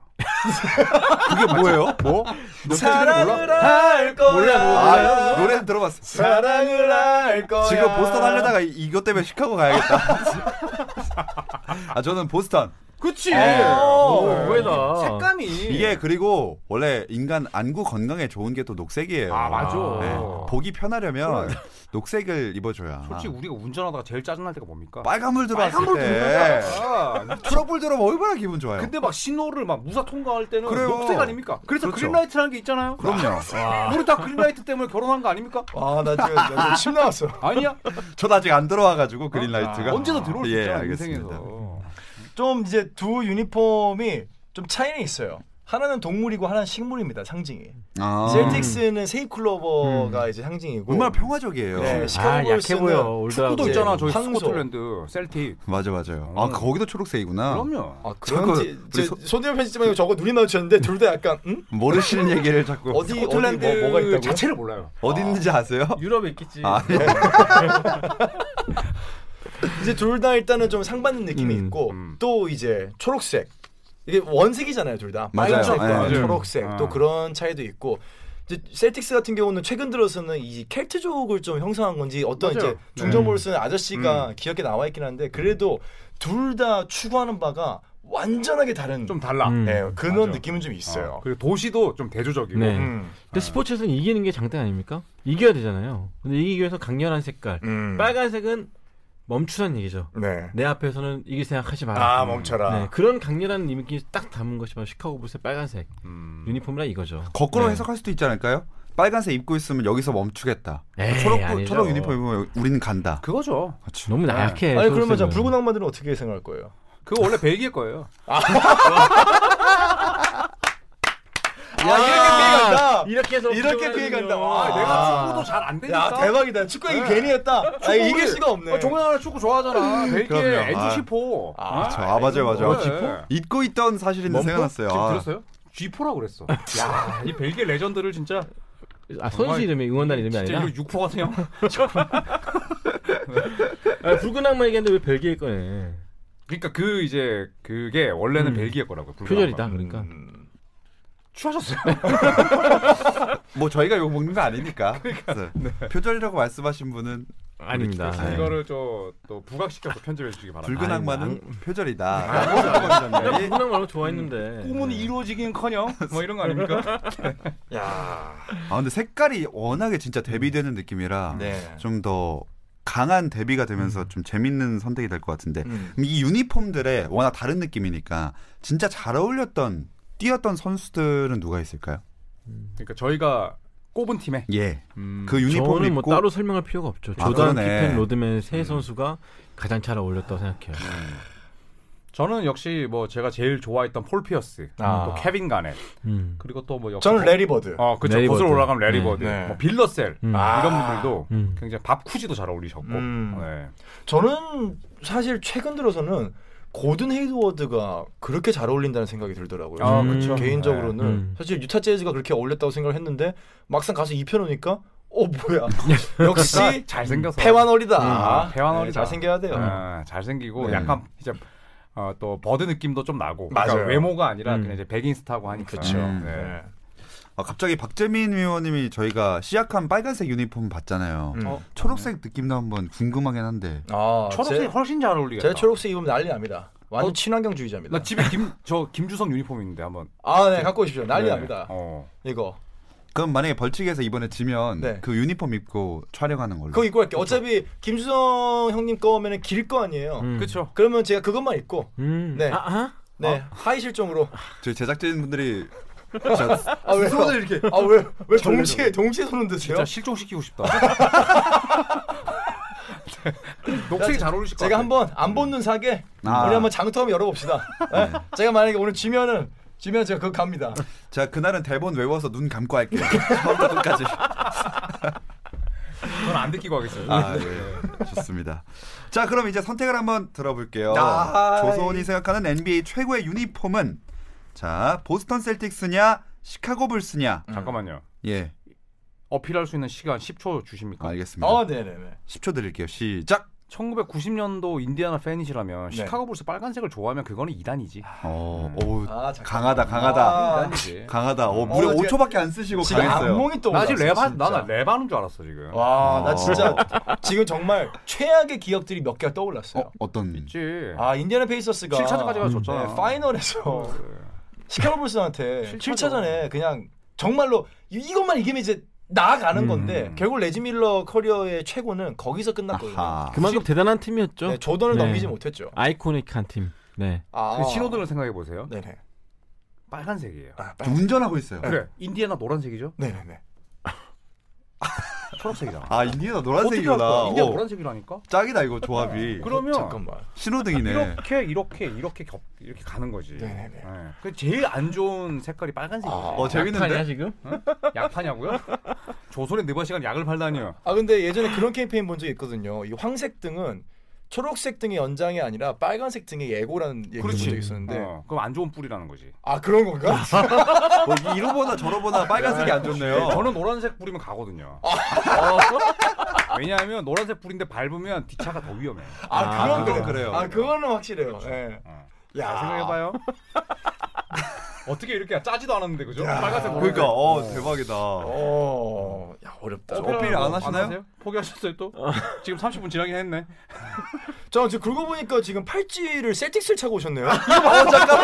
S2: 그게 뭐예요?
S4: 뭐? 녹색 시대
S3: 사랑을
S4: 몰라?
S3: 할 거야.
S4: 몰라,
S2: 아, 노래 들어봤어.
S3: 사랑을 할 거야.
S2: 지금 보스턴 하려다가 이- 이것 때문에 시카고 가야겠다. 아, 저는 보스턴.
S4: 그치.
S5: 오,
S4: 네.
S5: 의외다.
S4: 색감이
S2: 이게 그리고 원래 인간 안구 건강에 좋은 게 또 녹색이에요.
S4: 아 맞아.
S2: 네.
S5: 어.
S2: 보기 편하려면 녹색을 입어줘야.
S4: 솔직히 우리가 운전하다가 제일 짜증날 때가 뭡니까?
S2: 빨간불 들어왔을
S4: 빨간불
S2: 때
S4: 아,
S2: 트러블 들어면 얼마나 기분 좋아요.
S4: 근데 막 신호를 막 무사 통과할 때는
S2: 그래요.
S4: 녹색 아닙니까? 그래서
S2: 그렇죠.
S4: 그린라이트라는 게 있잖아요.
S2: 그럼요.
S4: 우리 다 그린라이트 때문에 결혼한 거 아닙니까?
S3: 아나 지금 나침 나왔어.
S4: 아니야.
S2: 저도 아직 안 들어와가지고 그린라이트가
S4: 언제든 들어올 수
S2: 예,
S4: 있잖아
S2: 알겠습니다.
S4: 인생에서.
S3: 좀 이제 두 유니폼이 좀 차이는 있어요. 하나는 동물이고 하나는 식물입니다. 상징이.
S2: 아.
S3: 셀틱스는 세이클로버가 이제 상징이고.
S2: 얼마나 평화적이에요.
S3: 네,
S5: 아,
S3: 시카고
S5: 약해
S3: 볼스는
S5: 보여. 올드하고.
S4: 축구도
S3: 이제
S4: 있잖아 저기
S3: 예. 황소.
S4: 스코틀랜드 셀틱.
S2: 맞아 맞아요. 아
S4: 음.
S2: 거기도 초록색이구나.
S4: 그럼요.
S3: 아,
S2: 잠깐,
S3: 그런지
S2: 우리
S3: 제
S2: 소-
S3: 손대현 편집장이 저거 눈이 마주쳤는데 둘 다 약간 응?
S2: 모르시는 얘기를 자꾸
S3: 어디
S4: 스코틀랜드
S3: 어디 뭐, 뭐가 있다고요?
S4: 그 자체를 몰라요.
S2: 어디 있는지 아세요?
S5: 유럽에 있겠지.
S2: 아, 예.
S3: 이제 둘 다 일단은 좀 상받는 느낌이
S5: 음,
S3: 있고
S4: 음.
S3: 또 이제 초록색 이게 원색이잖아요 둘 다.
S2: 맞아요.
S3: 빨간색과
S2: 네, 맞아요.
S3: 초록색
S4: 아.
S3: 또 그런 차이도 있고. 이제 셀틱스 같은 경우는 최근 들어서는 이 켈트족을 좀 형성한 건지 어떤
S4: 맞아요. 네. 음.
S3: 이제 중저볼을 쓰는 아저씨가 기억에 나와 있긴 한데 그래도 둘 다 추구하는 바가 완전하게 다른
S4: 좀 달라.
S5: 음.
S3: 네, 근원
S4: 맞아.
S3: 느낌은 좀 있어요.
S4: 어, 그리고 도시도 좀 대조적이고.
S5: 네.
S3: 음.
S5: 근데 스포츠에서는 이기는 게 장땡 아닙니까? 이겨야 되잖아요. 근데 이기기 위해서 강렬한 색깔.
S3: 음.
S5: 빨간색은 멈추란 얘기죠.
S3: 네.
S5: 내 앞에서는 이길 생각하지 마라.
S3: 아 멈춰라.
S5: 네, 그런 강렬한 이미지 딱 담은 것이 바로 시카고 불스의 빨간색
S4: 음.
S5: 유니폼이라 이거죠.
S2: 거꾸로
S5: 네.
S2: 해석할 수도 있지 않을까요? 빨간색 입고 있으면 여기서 멈추겠다.
S5: 에이,
S2: 초록
S5: 아니죠.
S2: 초록 유니폼 입으면 우리는 간다.
S4: 그거죠.
S2: 그렇죠.
S5: 너무 나약해.
S3: 아니 그러면 저
S5: 초록색은.
S3: 붉은 악마들은 어떻게 생각할 거예요?
S4: 그거 원래 벨기에 거예요.
S3: 야 아! 이렇게
S5: 이렇게 해서
S3: 이렇게 피해 간다. 와,
S4: 아,
S3: 아.
S4: 내가 축구도 잘 안
S3: 피해간다. 야
S4: 되니까.
S3: 대박이다. 축구 얘기
S4: 네.
S3: 괜히 했다. 아, 이길 수가 없네.
S4: 아, 종현 하나 축구 좋아하잖아. 벨기에
S2: 그럼요. 아.
S4: 엔투시포.
S2: 아, 그렇죠. 아, 맞아요, 맞아요. 잊고 있던 사실인데 생각났어요.
S4: 뭐? 지금
S2: 아.
S4: 들었어요? G4라 그랬어. 야, 이 벨기에 레전드를 진짜
S5: 아, 선수 이름이 응원단 이름이
S4: 진짜
S5: 아니라.
S4: 이거 육포 같아요.
S5: 아, 붉은 악마 얘기했는데 왜 벨기에 거네.
S4: 그러니까 그 이제 그게 원래는
S5: 음.
S4: 벨기에 거라고요. 불가마.
S5: 표절이다 그러니까.
S3: 음.
S4: 취하셨어요.
S2: 뭐 저희가 욕 먹는 거 아니니까. 그래서 표절이라고 말씀하신 분은
S5: 아닙니다.
S2: 네.
S4: 이거를 저 또 부각시켜서 편집해 주시기 바랍니다.
S2: 붉은
S5: 아니,
S2: 악마는
S5: 내가
S2: 표절이다.
S5: 붉은 악마 너무 좋아했는데. 음.
S4: 꿈은 이루어지긴커녕 네. 뭐 이런 거 아닙니까?
S3: 야.
S2: 아 근데 색깔이 워낙에 진짜 대비되는 느낌이라
S3: 네.
S2: 좀 더 강한 대비가 되면서 좀 재밌는 선택이 될 것 같은데
S3: 음.
S2: 이 유니폼들의 워낙 다른 느낌이니까 진짜 잘 어울렸던 뛰었던 선수들은 누가 있을까요?
S4: 그러니까 저희가 꼽은 팀에
S2: 예,
S4: 음,
S2: 그 유니폼
S5: 저는
S2: 입고
S5: 뭐 따로 설명할 필요가 없죠.
S2: 아,
S5: 조던,
S2: 그러네.
S5: 피펜, 로드맨 세 선수가 가장 잘 어울렸다고 생각해요.
S4: 저는 역시 뭐 제가 제일 좋아했던 폴 피어스,
S3: 아.
S4: 또 캐빈 가넷,
S5: 음.
S4: 그리고 또뭐 역시
S3: 저는 레리버드.
S4: 어, 그쵸.
S5: 레리버드.
S4: 거슬러 올라가면 레리버드,
S3: 네. 네.
S4: 뭐 빌러셀
S5: 음.
S3: 아.
S4: 이런 분들도
S5: 음.
S4: 굉장히 밥쿠지도 잘 어울리셨고,
S3: 음.
S4: 네.
S3: 저는 사실 최근 들어서는 고든 헤이드워드가 그렇게 잘 어울린다는 생각이 들더라고요.
S4: 아,
S5: 그쵸.
S3: 개인적으로는
S5: 네. 음.
S3: 사실 유타 재즈가 그렇게 어울렸다고 생각을 했는데 막상 가서 입혀놓으니까 어 어 뭐야 역시
S4: 그러니까 잘 생겨서
S3: 패완어리다
S4: 음,
S3: 아, 네,
S4: 패완어리다.
S3: 잘 생겨야 돼요
S4: 잘 생기고
S2: 네.
S4: 약간 이제 어, 또 버드 느낌도 좀 나고 그러니까
S3: 맞아요.
S4: 외모가 아니라
S5: 음.
S4: 그냥 이제 백인 스타고 하니까
S3: 그쵸.
S4: 음. 네.
S3: 네.
S2: 아, 갑자기 박재민 의원님이 저희가 시약한 빨간색 유니폼 봤잖아요.
S1: 음.
S4: 어,
S2: 초록색 느낌도 한번 궁금하긴 한데.
S3: 아
S4: 초록색이
S3: 제-
S4: 훨씬 잘 어울리겠다.
S3: 제가 초록색 입으면 난리 납니다 완전
S4: 어?
S3: 친환경주의자입니다
S4: 나 집에 김 저 김주성 유니폼 있는데 한번
S3: 아 네 갖고 오십시오 난리
S4: 네.
S3: 납니다
S4: 어.
S3: 이거
S2: 그럼 만약에 벌칙에서 이번에 지면
S3: 네.
S2: 그 유니폼 입고 촬영하는 걸로.
S3: 그거 입고 갈게요 어차피 김주성 형님 거면은 길 거 아니에요
S5: 음.
S4: 그렇죠.
S3: 그러면 제가 그것만 입고
S5: 음.
S3: 네.
S5: 아하.
S3: 네 하이 실종으로
S2: 저희 제작진분들이 진짜
S3: 아 왜요?
S2: 손을 이렇게
S3: 아왜 왜 동시에 동시에 손 흔드세요?
S4: 진짜 실종시키고 싶다.
S3: 나
S4: 네. 녹색이 잘 어울리실 것
S3: 제가
S4: 같아.
S3: 한번 안 본 눈 사게
S2: 아.
S3: 우리 한번 장터 한번 열어봅시다. 예? 제가 만약에 오늘 지면은 지면 제가 그거 갑니다.
S2: 제가 그날은 대본 외워서 눈 감고 할게요. 처음부터 끝까지.
S4: 전안 듣기고 하겠습니다.
S2: 아, 네. 좋습니다. 자, 그럼 이제 선택을 한번 들어볼게요.
S3: 아,
S2: 조선이 생각하는 NBA 최고의 유니폼은 자, 보스턴 셀틱스냐, 시카고 불스냐.
S3: 음.
S4: 잠깐만요.
S2: 예.
S4: 어필할 수 있는 시간 10초 주십니까?
S2: 알겠습니다.
S3: 아 네네네.
S2: 10초 드릴게요. 시작.
S4: 1990년도 인디아나 팬이시라면
S3: 네.
S4: 시카고 불스 빨간색을 좋아하면 그거는 이단이지.
S2: 어, 오,
S3: 아, 잠깐만.
S2: 강하다, 강하다.
S3: 아,
S4: 이단이지.
S2: 강하다. 어, 무려
S3: 어, 제가-
S2: 5초밖에 안 쓰시고
S3: 지금
S2: 강했어요.
S3: 악몽이 또
S4: 나
S3: 올랐어.
S4: 지금 랩하 나는 랩하는 줄 알았어 지금.
S3: 와나
S2: 어.
S3: 진짜 지금 정말 최악의 기억들이 몇 개가 떠올랐어요.
S2: 어, 어떤
S4: 있지.
S3: 아 인디애나 페이서스가
S4: 7차전까지 가서 졌잖아. 어.
S3: 네,
S4: 그
S3: 파이널에서 시카고 불스한테
S4: 7차전.
S3: 7차전에 그냥 정말로 이- 이것만 이기면 이제 나아가는 건데 결국 레지 밀러 커리어의 최고는 거기서 끝났거든요.
S2: 아하.
S5: 그만큼 대단한 팀이었죠.
S3: 네, 조던을
S5: 네.
S3: 넘기지 못했죠.
S5: 아이코닉한 팀. 네.
S3: 아,
S4: 그 신호등을 생각해 보세요.
S3: 네네.
S4: 빨간색이에요.
S3: 아,
S2: 좀 운전하고 있어요.
S4: 그래. 인디애나 노란색이죠?
S3: 네네네.
S4: 초록색이잖아.
S2: 아, 인디애나
S4: 어떻게 할
S2: 노란색이구나.
S4: 거야? 인디애나
S2: 어,
S4: 노란색이라니까?
S2: 짝이다 이거 조합이.
S4: 그러면
S3: 잠깐만.
S2: 신호등이네.
S4: 이렇게 이렇게 이렇게 겹 이렇게 가는 거지.
S3: 네네네. 아.
S4: 네. 그 제일 안 좋은 색깔이 빨간색이지.
S2: 어, 재밌는데?
S5: 약하냐, 지금?
S4: 약 파냐고요? 조선의 느바시간 약을 팔다니요.
S3: 아 근데 예전에 그런 캠페인 본 적이 있거든요. 이 황색 등은 초록색 등의 연장이 아니라 빨간색 등의 예고라는 얘기 본 적이 있었는데
S4: 어, 그럼 안 좋은 뿌리라는 거지.
S3: 아 그런 건가?
S2: 뭐 이러보나 저러보나 빨간색이 안 좋네요. 아.
S4: 저는 노란색 뿌리면 가거든요. 어. 왜냐하면 노란색 뿌린데 밟으면 뒷차가 더 위험해.
S3: 아, 그런
S2: 그건
S3: 거
S2: 그래요.
S3: 아 그거는 확실해요. 예.
S4: 어.
S3: 야.
S4: 잘 생각해봐요. 어떻게 이렇게 짜지도 않았는데 그죠? 빨간색 노란색.
S2: 그러니까 어 대박이다.
S3: 어, 야 어렵다.
S2: 어필 안 하시나요?
S4: 포기하셨어요 또? 지금 30분 지나긴 했네.
S3: 저 지금 긁어 보니까 지금 팔찌를 셀틱스를 차고 오셨네요.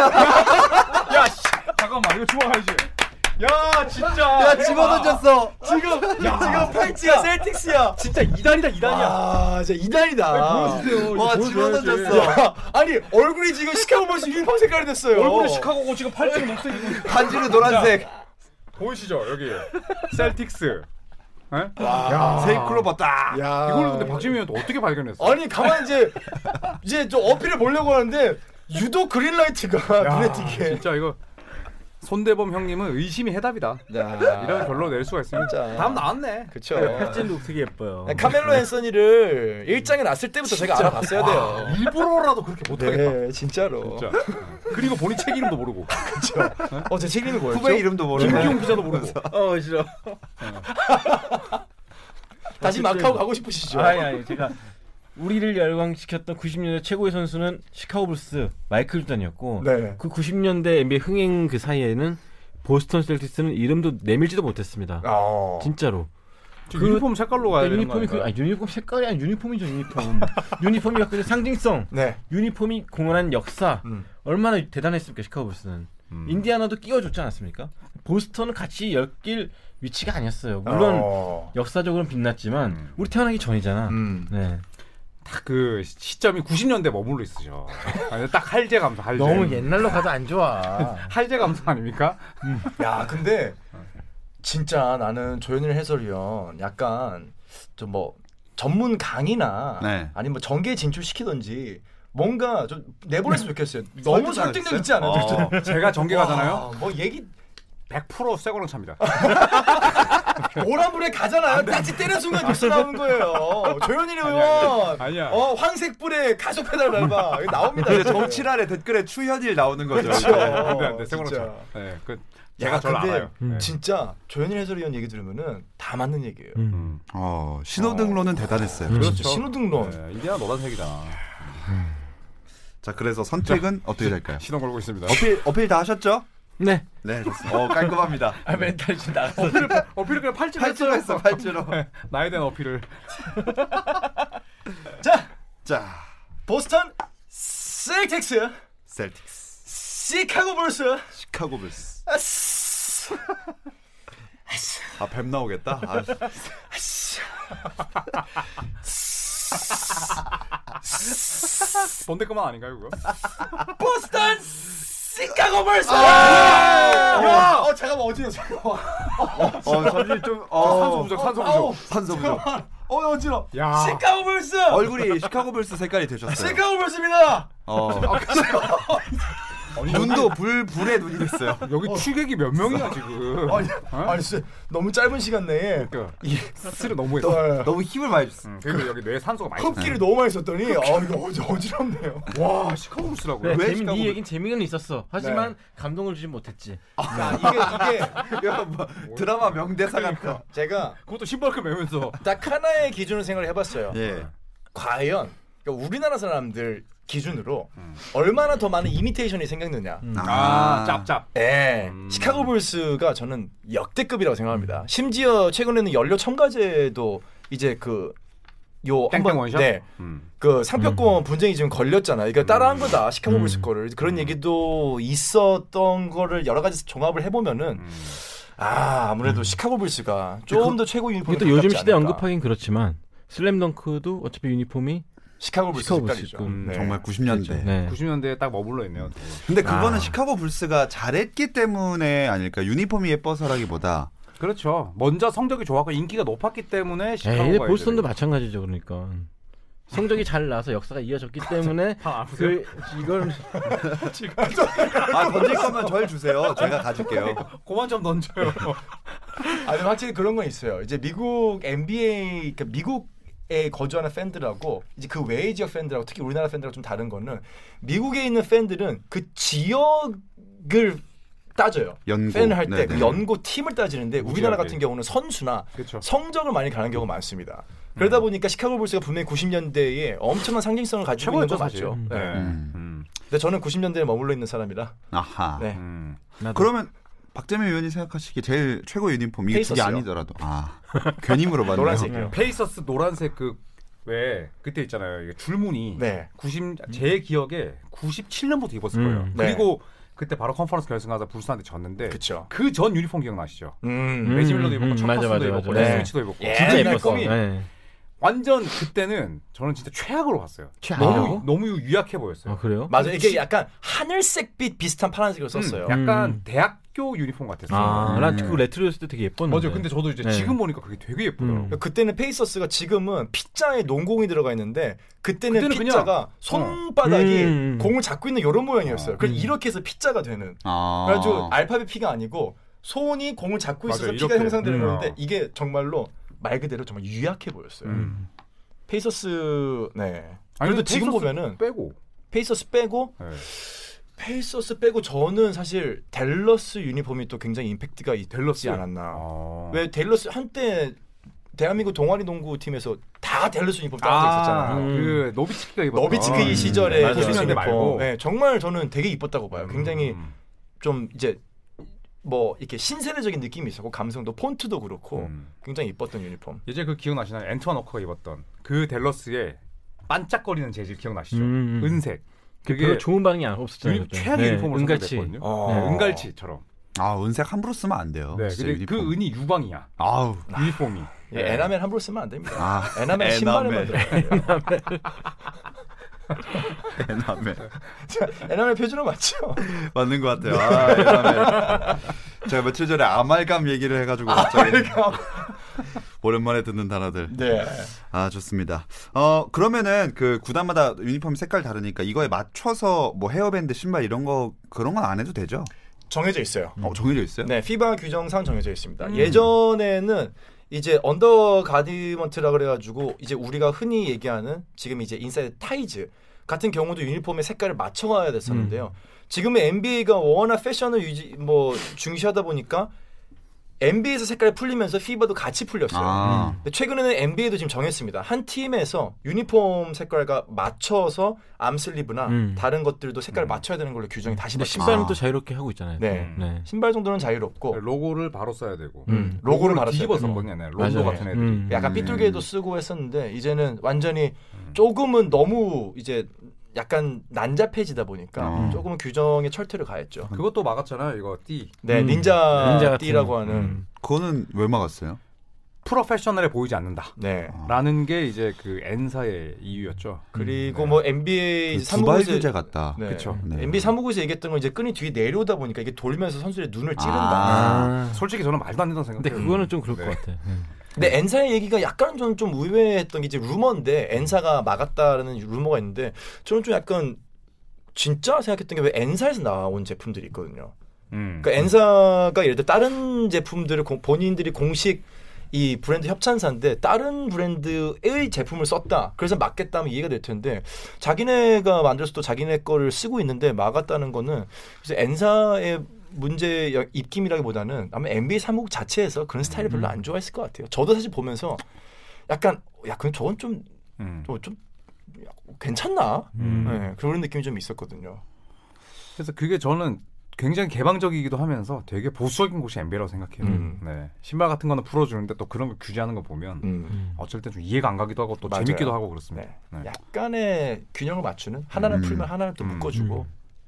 S4: 야, 씨. 잠깐만 이거 주워가야지. 야, 진짜.
S2: 야 집어던졌어.
S4: 지금. 야,
S3: 지금 팔찌가 셀틱스야.
S4: 진짜 이단이다 이단이야.
S3: 아, 진짜 이단이다.
S2: 와 집어던졌어.
S3: 야, 아니 얼굴이 지금 시카고 버스 유니폼 색깔이 됐어요.
S4: 얼굴에 시카고고 지금 팔찌는 녹색 입은.
S2: 반지는 노란색.
S4: 보이시죠 여기 셀틱스. 예?
S3: 아.
S2: 세이클로버 딱.
S3: 야.
S4: 이걸 근데 박지민 의원도 어떻게 발견했어?
S3: 아니 가만 이제 이제 좀 어필을 보려고 하는데 유독 그린라이트가 눈에 띄게.
S4: 진짜 이거 손대범 형님은 의심이 해답이다. 이런 결론 낼 수가 있습니다.
S3: 아. 진짜.
S4: 답 나왔네.
S3: 그쵸. 아,
S5: 찐도 되게 예뻐요.
S3: 카멜로 앤서니를 일장에 났을 때부터 제가 알아봤어야 돼요.
S4: 일부러라도 그렇게 못하겠다.
S3: 네, 진짜로.
S4: 진짜. 그리고 본인 책 이름도 모르고
S3: 어, 제 책임이 뭐였죠?
S2: 후배 이름도
S3: 네.
S2: 모르고.
S4: 김기훈 기자도 모르고.
S5: 어, 싫어.
S3: 다시 예. 마카오 가고 싶으시죠?
S5: 아니, 아니, 제가 우리를 열광시켰던 90년대 최고의 선수는 시카고 불스 마이클 조던이었고
S3: 네.
S5: 그 90년대 NBA 흥행 그 사이에는 보스턴 셀틱스는 이름도 내밀지도 못했습니다.
S3: 아.
S5: 진짜로.
S4: 지금 그 유니폼 색깔로 가야 되는 거
S5: 유니폼이 그,
S4: 아닌가요?
S5: 아니, 유니폼 색깔이 아니 유니폼이죠 유니폼. 유니폼이 갖고 있는 상징성,
S3: 네.
S5: 유니폼이 공헌한 역사
S3: 음.
S5: 얼마나 대단했습니까 시카고 불스는. 인디아나도 끼워줬지 않았습니까? 보스턴은 같이 엮일 위치가 아니었어요. 물론
S3: 어.
S5: 역사적으로는 빛났지만 우리 태어나기 전이잖아.
S3: 음.
S5: 네.
S4: 그 시점이 90년대 머물러 있으셔. 아니, 딱 할제 감사. 할제.
S3: 네.
S5: 옛날로 가도 안 좋아.
S4: 할제 감사 아닙니까?
S3: 야, 근데 진짜 나는 조현일 해설위원 약간 좀 뭐 전문 강의나
S2: 네.
S3: 아니면 뭐 전개 진출시키던지 뭔가 좀 내보냈으면 좋겠어요. 너무 설득력 있지 않아요?
S2: 어.
S4: 제가 전개 가잖아요.
S3: 와, 뭐 얘기
S4: 100%새 거랑 찹니다.
S3: 어, 노란불에 가잖아요. 딱지 때는 순간 뉴스 나오는 거예요. 조현일 의원.
S4: 아니야.
S3: 어, 황색불에 가속 페달 밟아. 이거 나옵니다.
S2: 이제 정치란에 댓글에 추현일 나오는 거죠.
S4: 그렇죠. 안돼 안돼 새
S3: 그렇죠.
S4: 거랑
S3: 진짜.
S4: 찹. 네, 그
S3: 야,
S4: 제가 저를
S3: 근데 음,
S4: 알아요. 네.
S3: 진짜 조현일 해설위원 얘기 들으면은 다 맞는 얘기예요.
S4: 음.
S2: 어, 신호등로는 대단했어요.
S3: 그렇죠. 신호등론.
S4: 네, 인디아 노란색이잖아.
S2: 자, 그래서 선택은 어떻게 될까요?
S4: 신호 걸고 있습니다.
S2: 네. 어필 어필 다 하셨죠?
S5: 네.
S2: 네, 좋습니다. 어, 깔끔합니다.
S6: 아, 멘탈이 지금 나가서
S4: 어필을 어필을 그냥 팔찌로
S2: 팔찌로 했어, 팔찌로.
S4: 네, 나에 대한 어필을.
S2: 자,
S3: 보스턴 셀틱스,
S2: 셀틱스,
S3: 시카고 불스.
S2: 시카고 불스.
S3: 아, 쓰-
S2: 아, 뱀 나오겠다. 아,
S4: 본대 그만 아닌가요 그거?
S3: 보스턴 시카고 불스. 야! 어, 잠깐만 어지러워. 잠깐만.
S2: 어, 전일 좀 어,
S4: 산소 부족 산소 부족.
S2: 산소 부족.
S3: 어, 어지러워.
S4: 야.
S3: 시카고 불스.
S2: 얼굴이 아, 시카고 불스 색깔이 되셨어요.
S3: 시카고 불스입니다.
S2: 어. 눈도 불 불의 눈이 됐어요.
S4: 여기 취객이 몇 명이야 지금?
S3: 아니,
S4: 어?
S3: 아니, 씨, 너무 짧은 시간 내에
S4: 그러니까 이 스를 너무 했어.
S3: 어,
S2: 너무 힘을 많이 줬어.
S4: 음, 그리고 여기 뇌 산소가 많이.
S3: 흡기를 너무 많이 썼더니 아 이거 어지 어지럽네요.
S4: 그 와 시카고스라고. 네.
S5: 그래,
S2: 왜
S5: 재미,
S2: 시카고
S5: 네 얘긴 재미는 있었어. 하지만 감동을 주진 못했지.
S3: 그러니까 이게 이게
S2: 야, 뭐, 드라마 명대사 같다.
S3: 제가
S4: 그것도 신발끈 매면서.
S3: 딱 하나의 기준을 생각을 해봤어요.
S2: 예.
S3: 과연 그러니까 우리나라 사람들 기준으로
S5: 음.
S3: 얼마나 더 많은 이미테이션이 생겼느냐.
S4: 아, 짭짭.
S3: 예,
S5: 음.
S3: 시카고 불스가 저는 역대급이라고 생각합니다. 심지어 최근에는 연료 첨가제도 이제 그, 그요
S4: 땡땡 원샷?
S3: 네.
S4: 음.
S3: 그 상표권 분쟁이 지금 걸렸잖아. 이거 따라한
S5: 음.
S3: 거다. 시카고 불스 거를 그런 얘기도 있었던 거를 여러 가지 종합을 해보면은
S5: 음.
S3: 아 아무래도 시카고 불스가 좀 더 최고 유니폼이
S5: 그 이게 또 요즘
S3: 가깝지
S5: 시대
S3: 않을까.
S5: 언급하긴 그렇지만 슬램덩크도 어차피 유니폼이
S3: 시카고 불스
S5: 시카고 불스
S3: 색깔이죠.
S5: 있고. 음,
S3: 네.
S2: 정말 90년대.
S5: 네.
S4: 90년대에 딱 머물러 있네요.
S2: 근데
S3: 아.
S2: 그거는 시카고 불스가 잘했기 때문에 아닐까? 유니폼이 예뻐서라기보다
S4: 그렇죠. 먼저 성적이 좋았고 인기가 높았기 때문에
S5: 에이,
S4: 시카고가
S5: 보스턴도 마찬가지죠. 그러니까 성적이 잘 나서 역사가 이어졌기 때문에
S4: 아,
S5: 그 이걸
S2: 아 던질 거면 절 주세요. 제가
S3: 네.
S2: 가질게요.
S4: 고만 좀 던져요.
S3: 아, 근데 확실히 그런 건 있어요. 이제 미국 NBA, 그러니까 미국에 거주하는 팬들하고 이제 그 외의 지역 팬들하고 특히 우리나라 팬들하고 좀 다른 거는 미국에 있는 팬들은 그 지역을 따져요.
S2: 연고.
S3: 팬을 할 때
S2: 네네.
S3: 그 연고 팀을 따지는데 우리나라
S4: 무지하게.
S3: 같은 경우는 선수나
S4: 그쵸.
S3: 성적을 많이 가는 경우가 많습니다. 그러다 보니까 시카고 불스가 분명히 90년대에 엄청난 상징성을 가지고 있는 거
S4: 최고였죠,
S3: 맞죠.
S4: 사실.
S3: 네.
S2: 음.
S4: 음.
S3: 근데 저는 90년대에 머물러 있는 사람이라.
S2: 아하.
S3: 네.
S4: 음.
S5: 나도
S2: 그러면 박재민 의원이 생각하시기에 제일 최고 유니폼 이게 두개
S3: 페이서스요.
S2: 아니더라도 아 괜히 물어봤네요.
S3: 노란색이요.
S4: 페이서스 노란색 그왜 그때 있잖아요. 이게 줄무늬.
S3: 네.
S4: 90 제 기억에 97년부터 입었을
S5: 음.
S4: 거예요.
S3: 네.
S4: 그리고 그때 바로 컨퍼런스 결승하자 불스한테 졌는데
S3: 그쵸.
S4: 그 전 유니폼 기억나시죠?
S3: 음.
S5: 음.
S4: 레지밀러도 입었고
S5: 맞아,
S4: 척커스도
S5: 맞아,
S4: 입었고
S5: 맞아.
S4: 레스미치도 입었고
S3: 예.
S5: 진짜
S4: 옛날
S5: 예뻤어.
S4: 껌이
S5: 네.
S4: 완전 그때는 저는 진짜 최악으로 봤어요.
S5: 최악이라고?
S4: 너무 너무 유약해
S5: 아
S4: 보였어요.
S5: 그래요?
S3: 맞아. 이게 약간 하늘색빛 비슷한 파란색을 썼어요.
S4: 음, 약간
S5: 음.
S4: 대학교 유니폼 같았어요. 음.
S5: 아난그 레트로였을 때 되게 예뻤는데.
S4: 맞아요. 근데 저도 이제
S5: 네.
S4: 지금 보니까 그게 되게 예쁘더라고요.
S5: 음.
S3: 그때는 페이서스가 지금은 피자에 농공이 들어가 있는데 그때는,
S4: 그때는
S3: 피자가 손바닥이
S5: 음.
S3: 공을 잡고 있는 이런 모양이었어요.
S4: 어.
S3: 그래서
S5: 음.
S3: 이렇게 해서 피자가 되는.
S2: 아.
S3: 그래가지고 알파벳 피가 아니고 손이 공을 잡고 있어서
S4: 맞아요.
S3: 피가
S4: 이렇게.
S3: 형성되는
S4: 음.
S3: 건데
S4: 어.
S3: 이게 정말로 말 그대로 정말 유약해 보였어요.
S4: 음.
S3: 페이서스 네.
S4: 아니,
S3: 그래도
S4: 근데
S3: 지금
S4: 페이서스
S3: 보면은
S4: 빼고
S3: 페이서스 빼고
S4: 네.
S3: 페이서스 빼고 저는 사실 댈러스 유니폼이 또 굉장히 임팩트가 댈러스 않았나.
S4: 아.
S3: 왜 댈러스 한때 대한민국 동아리 농구 팀에서 다 댈러스 유니폼 따져 있었잖아요.
S5: 음.
S4: 그 노비치키가 입었던
S3: 너비치크 이 시절에
S4: 음. 네, 맞아요. 90년대
S3: 댈러스
S4: 말고.
S3: 유니폼. 네, 정말 저는 되게 이뻤다고 봐요. 굉장히
S4: 음.
S3: 좀 이제 뭐 이렇게 신세대적인 느낌이 있었고 감성도 폰트도 그렇고
S4: 음.
S3: 굉장히 이뻤던 유니폼.
S4: 예전에 그 기억나시나요? 앤투안 워커가 입었던 그 댈러스의 반짝거리는 재질 기억나시죠?
S5: 음.
S4: 은색. 그게
S5: 별로 좋은 반응이 안- 없었잖아요.
S4: 유니,
S5: 그때.
S4: 최악
S5: 네,
S4: 유니폼으로
S5: 은갈치.
S4: 선정됐거든요.
S3: 어.
S4: 네, 은갈치처럼.
S2: 아 은색 함부로 쓰면 안 돼요.
S4: 네,
S2: 어. 진짜
S4: 근데 그
S2: 유니폼.
S4: 은이 유방이야.
S2: 아우.
S4: 유니폼이.
S3: 예, 에나멜 함부로 쓰면 안 됩니다.
S2: 아
S3: 에나멜 신발에만
S2: 에나멜.
S3: 들어가요.
S2: 에나멜
S3: 에나멜 표준어 맞죠?
S2: 맞는 것 같아요. 아, 에나멜. 제가 며칠 전에 아말감 얘기를 해가지고 갑자기 오랜만에 듣는 단어들.
S3: 네.
S2: 아 좋습니다. 어 그러면은 그 구단마다 유니폼 색깔 다르니까 이거에 맞춰서 뭐 헤어밴드, 신발 이런 거 그런 건 안 해도 되죠?
S3: 정해져 있어요.
S2: 어, 정해져 있어요?
S3: 네, 피바 규정상 정해져 있습니다.
S5: 음.
S3: 예전에는 이제 언더 가디먼트라 그래가지고 이제 우리가 흔히 얘기하는 지금 이제 인사이드 타이즈 같은 경우도 유니폼의 색깔을 맞춰가야 됐었는데요.
S5: 음.
S3: 지금의 NBA가 워낙 패션을 유지 뭐 중시하다 보니까 NBA에서 색깔이 풀리면서 피바도 같이 풀렸어요.
S2: 아,
S3: 근데 최근에는 NBA도 지금 정했습니다. 한 팀에서 유니폼 색깔과 맞춰서 암슬리브나
S5: 음.
S3: 다른 것들도 색깔을 맞춰야 되는 걸로 규정이 다시
S5: 근데
S3: 바뀌었습니다.
S5: 신발은
S2: 아.
S5: 또 자유롭게 하고 있잖아요.
S3: 네.
S4: 음.
S5: 네.
S3: 신발 정도는 자유롭고
S4: 네, 로고를 바로 써야 되고
S3: 음, 로고를 바로 써야
S4: 뒤집어 썼거든요. 옛날에 론도
S5: 맞아요.
S4: 같은 애들이.
S5: 음.
S3: 약간
S2: 음.
S3: 삐뚤게도 쓰고 했었는데 이제는 완전히 조금은 너무 이제 약간 난잡해지다 보니까
S2: 음.
S3: 조금은 규정에 철퇴를 가했죠.
S4: 그것도 막았잖아요. 이거 띠
S3: 네,
S5: 음.
S3: 닌자,
S5: 닌자 같은
S3: 띠라고 하는
S5: 음.
S2: 그거는 왜 막았어요?
S4: 프로페셔널해 보이지 않는다.
S3: 네.
S4: 라는 게 이제 그 엔사의 이유였죠.
S3: 그리고 뭐 NBA
S2: 그 두발
S3: 사무국에서
S2: 규제 같다.
S3: 네.
S4: 그쵸.
S2: 네.
S3: NBA 사무국에서 얘기했던 건 이제 끈이 뒤에 내려오다 보니까 이게 돌면서 선수의 눈을 찌른다.
S2: 아.
S5: 아.
S4: 솔직히 저는 말도 안 된다고 생각해요.
S5: 근데 그거는 좀 그럴
S4: 네.
S5: 것 같아. 음.
S3: 근데 엔사의 얘기가 약간 저는 좀 의외했던 게 이제 루머인데 엔사가 막았다라는 루머가 있는데 저는 좀 약간 진짜 생각했던 게 왜 엔사에서 나온 제품들이 있거든요.
S4: 음.
S3: 그러니까 엔사가 예를 들어 다른 제품들을 공- 본인들이 공식 이 브랜드 협찬사인데 다른 브랜드의 제품을 썼다. 그래서 막겠다면 이해가 될 텐데 자기네가 만들어서 또 자기네 거를 쓰고 있는데 막았다는 거는 그래서 엔사의 문제 여- 입김이라기보다는 아마 NBA 삼국 자체에서 그런 스타일을 별로 안 좋아했을 것 같아요. 저도 사실 보면서 약간 야 그럼 저건 좀 좀
S4: 음.
S3: 괜찮나?
S5: 음.
S3: 네, 그런 느낌이 좀 있었거든요.
S4: 그래서 그게 저는 굉장히 개방적이기도 하면서 되게 보수적인 곳이 NBA라고 생각해요.
S3: 음.
S4: 네. 신발 같은 거는 풀어주는데 또 그런 거 규제하는 거 보면
S3: 음.
S4: 어쩔 땐 좀 이해가 안 가기도 하고 또
S3: 맞아요.
S4: 재밌기도 하고 그렇습니다.
S3: 네.
S4: 네.
S3: 약간의 균형을 맞추는 하나는
S2: 음. 음.
S3: 풀면 하나를 또
S4: 음.
S3: 묶어주고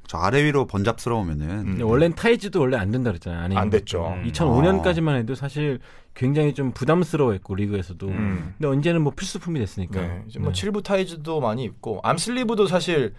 S2: 저 아래 위로
S3: 음.
S2: 번잡스러우면은
S5: 근데 원래는 타이즈도 원래 안 된다 그랬잖아요. 아니,
S3: 안 됐죠.
S4: 음.
S5: 2005년까지만 해도 사실 굉장히 좀 부담스러워했고 리그에서도.
S4: 음.
S5: 근데 언제는 뭐 필수품이 됐으니까.
S3: 네. 이제 뭐
S5: 네.
S3: 칠부 타이즈도 많이 입고 암슬리브도 사실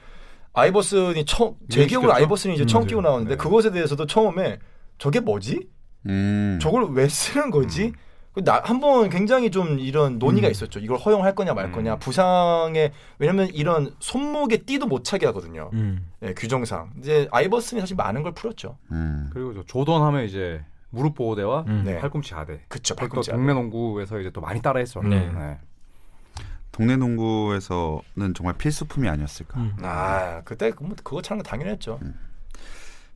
S3: 아이버슨이 처음 제
S4: 유행시켰죠?
S3: 기억으로 아이버슨이 이제 처음
S4: 맞아요.
S3: 끼고 나왔는데
S4: 네.
S3: 그것에 대해서도 처음에 저게 뭐지?
S2: 음.
S3: 저걸 왜 쓰는 거지? 그 나, 한번 굉장히 좀 이런 논의가 있었죠. 이걸 허용할 거냐 말 거냐.
S4: 음.
S3: 부상에, 왜냐면 이런 손목에 띠도 못 차게 하거든요.
S5: 음.
S3: 네, 규정상. 이제 아이버슨이 사실 많은 걸 풀었죠.
S2: 음.
S4: 그리고 저 조던 하면 이제 무릎 보호대와
S5: 음.
S3: 네.
S4: 팔꿈치 하대.
S3: 그쵸,
S4: 또
S3: 팔꿈치.
S4: 동네 농구에서 이제 또 많이 따라했죠.
S5: 네.
S2: 동네 농구에서는 정말 필수품이 아니었을까.
S5: 음.
S3: 아, 그때 뭐 그거 차는 거 당연했죠.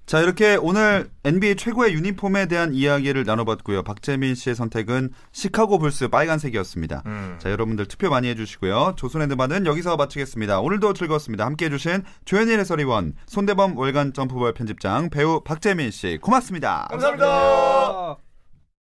S2: 자 이렇게 오늘 NBA 최고의 유니폼에 대한 이야기를 나눠봤고요. 박재민 씨의 선택은 시카고 불스 빨간색이었습니다.
S3: 음.
S2: 자 여러분들 투표 많이 해주시고요. 조선의 드바는 여기서 마치겠습니다. 오늘도 즐거웠습니다. 함께해주신 조현일 해설위원, 손대범 월간 점프볼 편집장, 배우 박재민 씨 고맙습니다.
S3: 감사합니다.
S4: 네.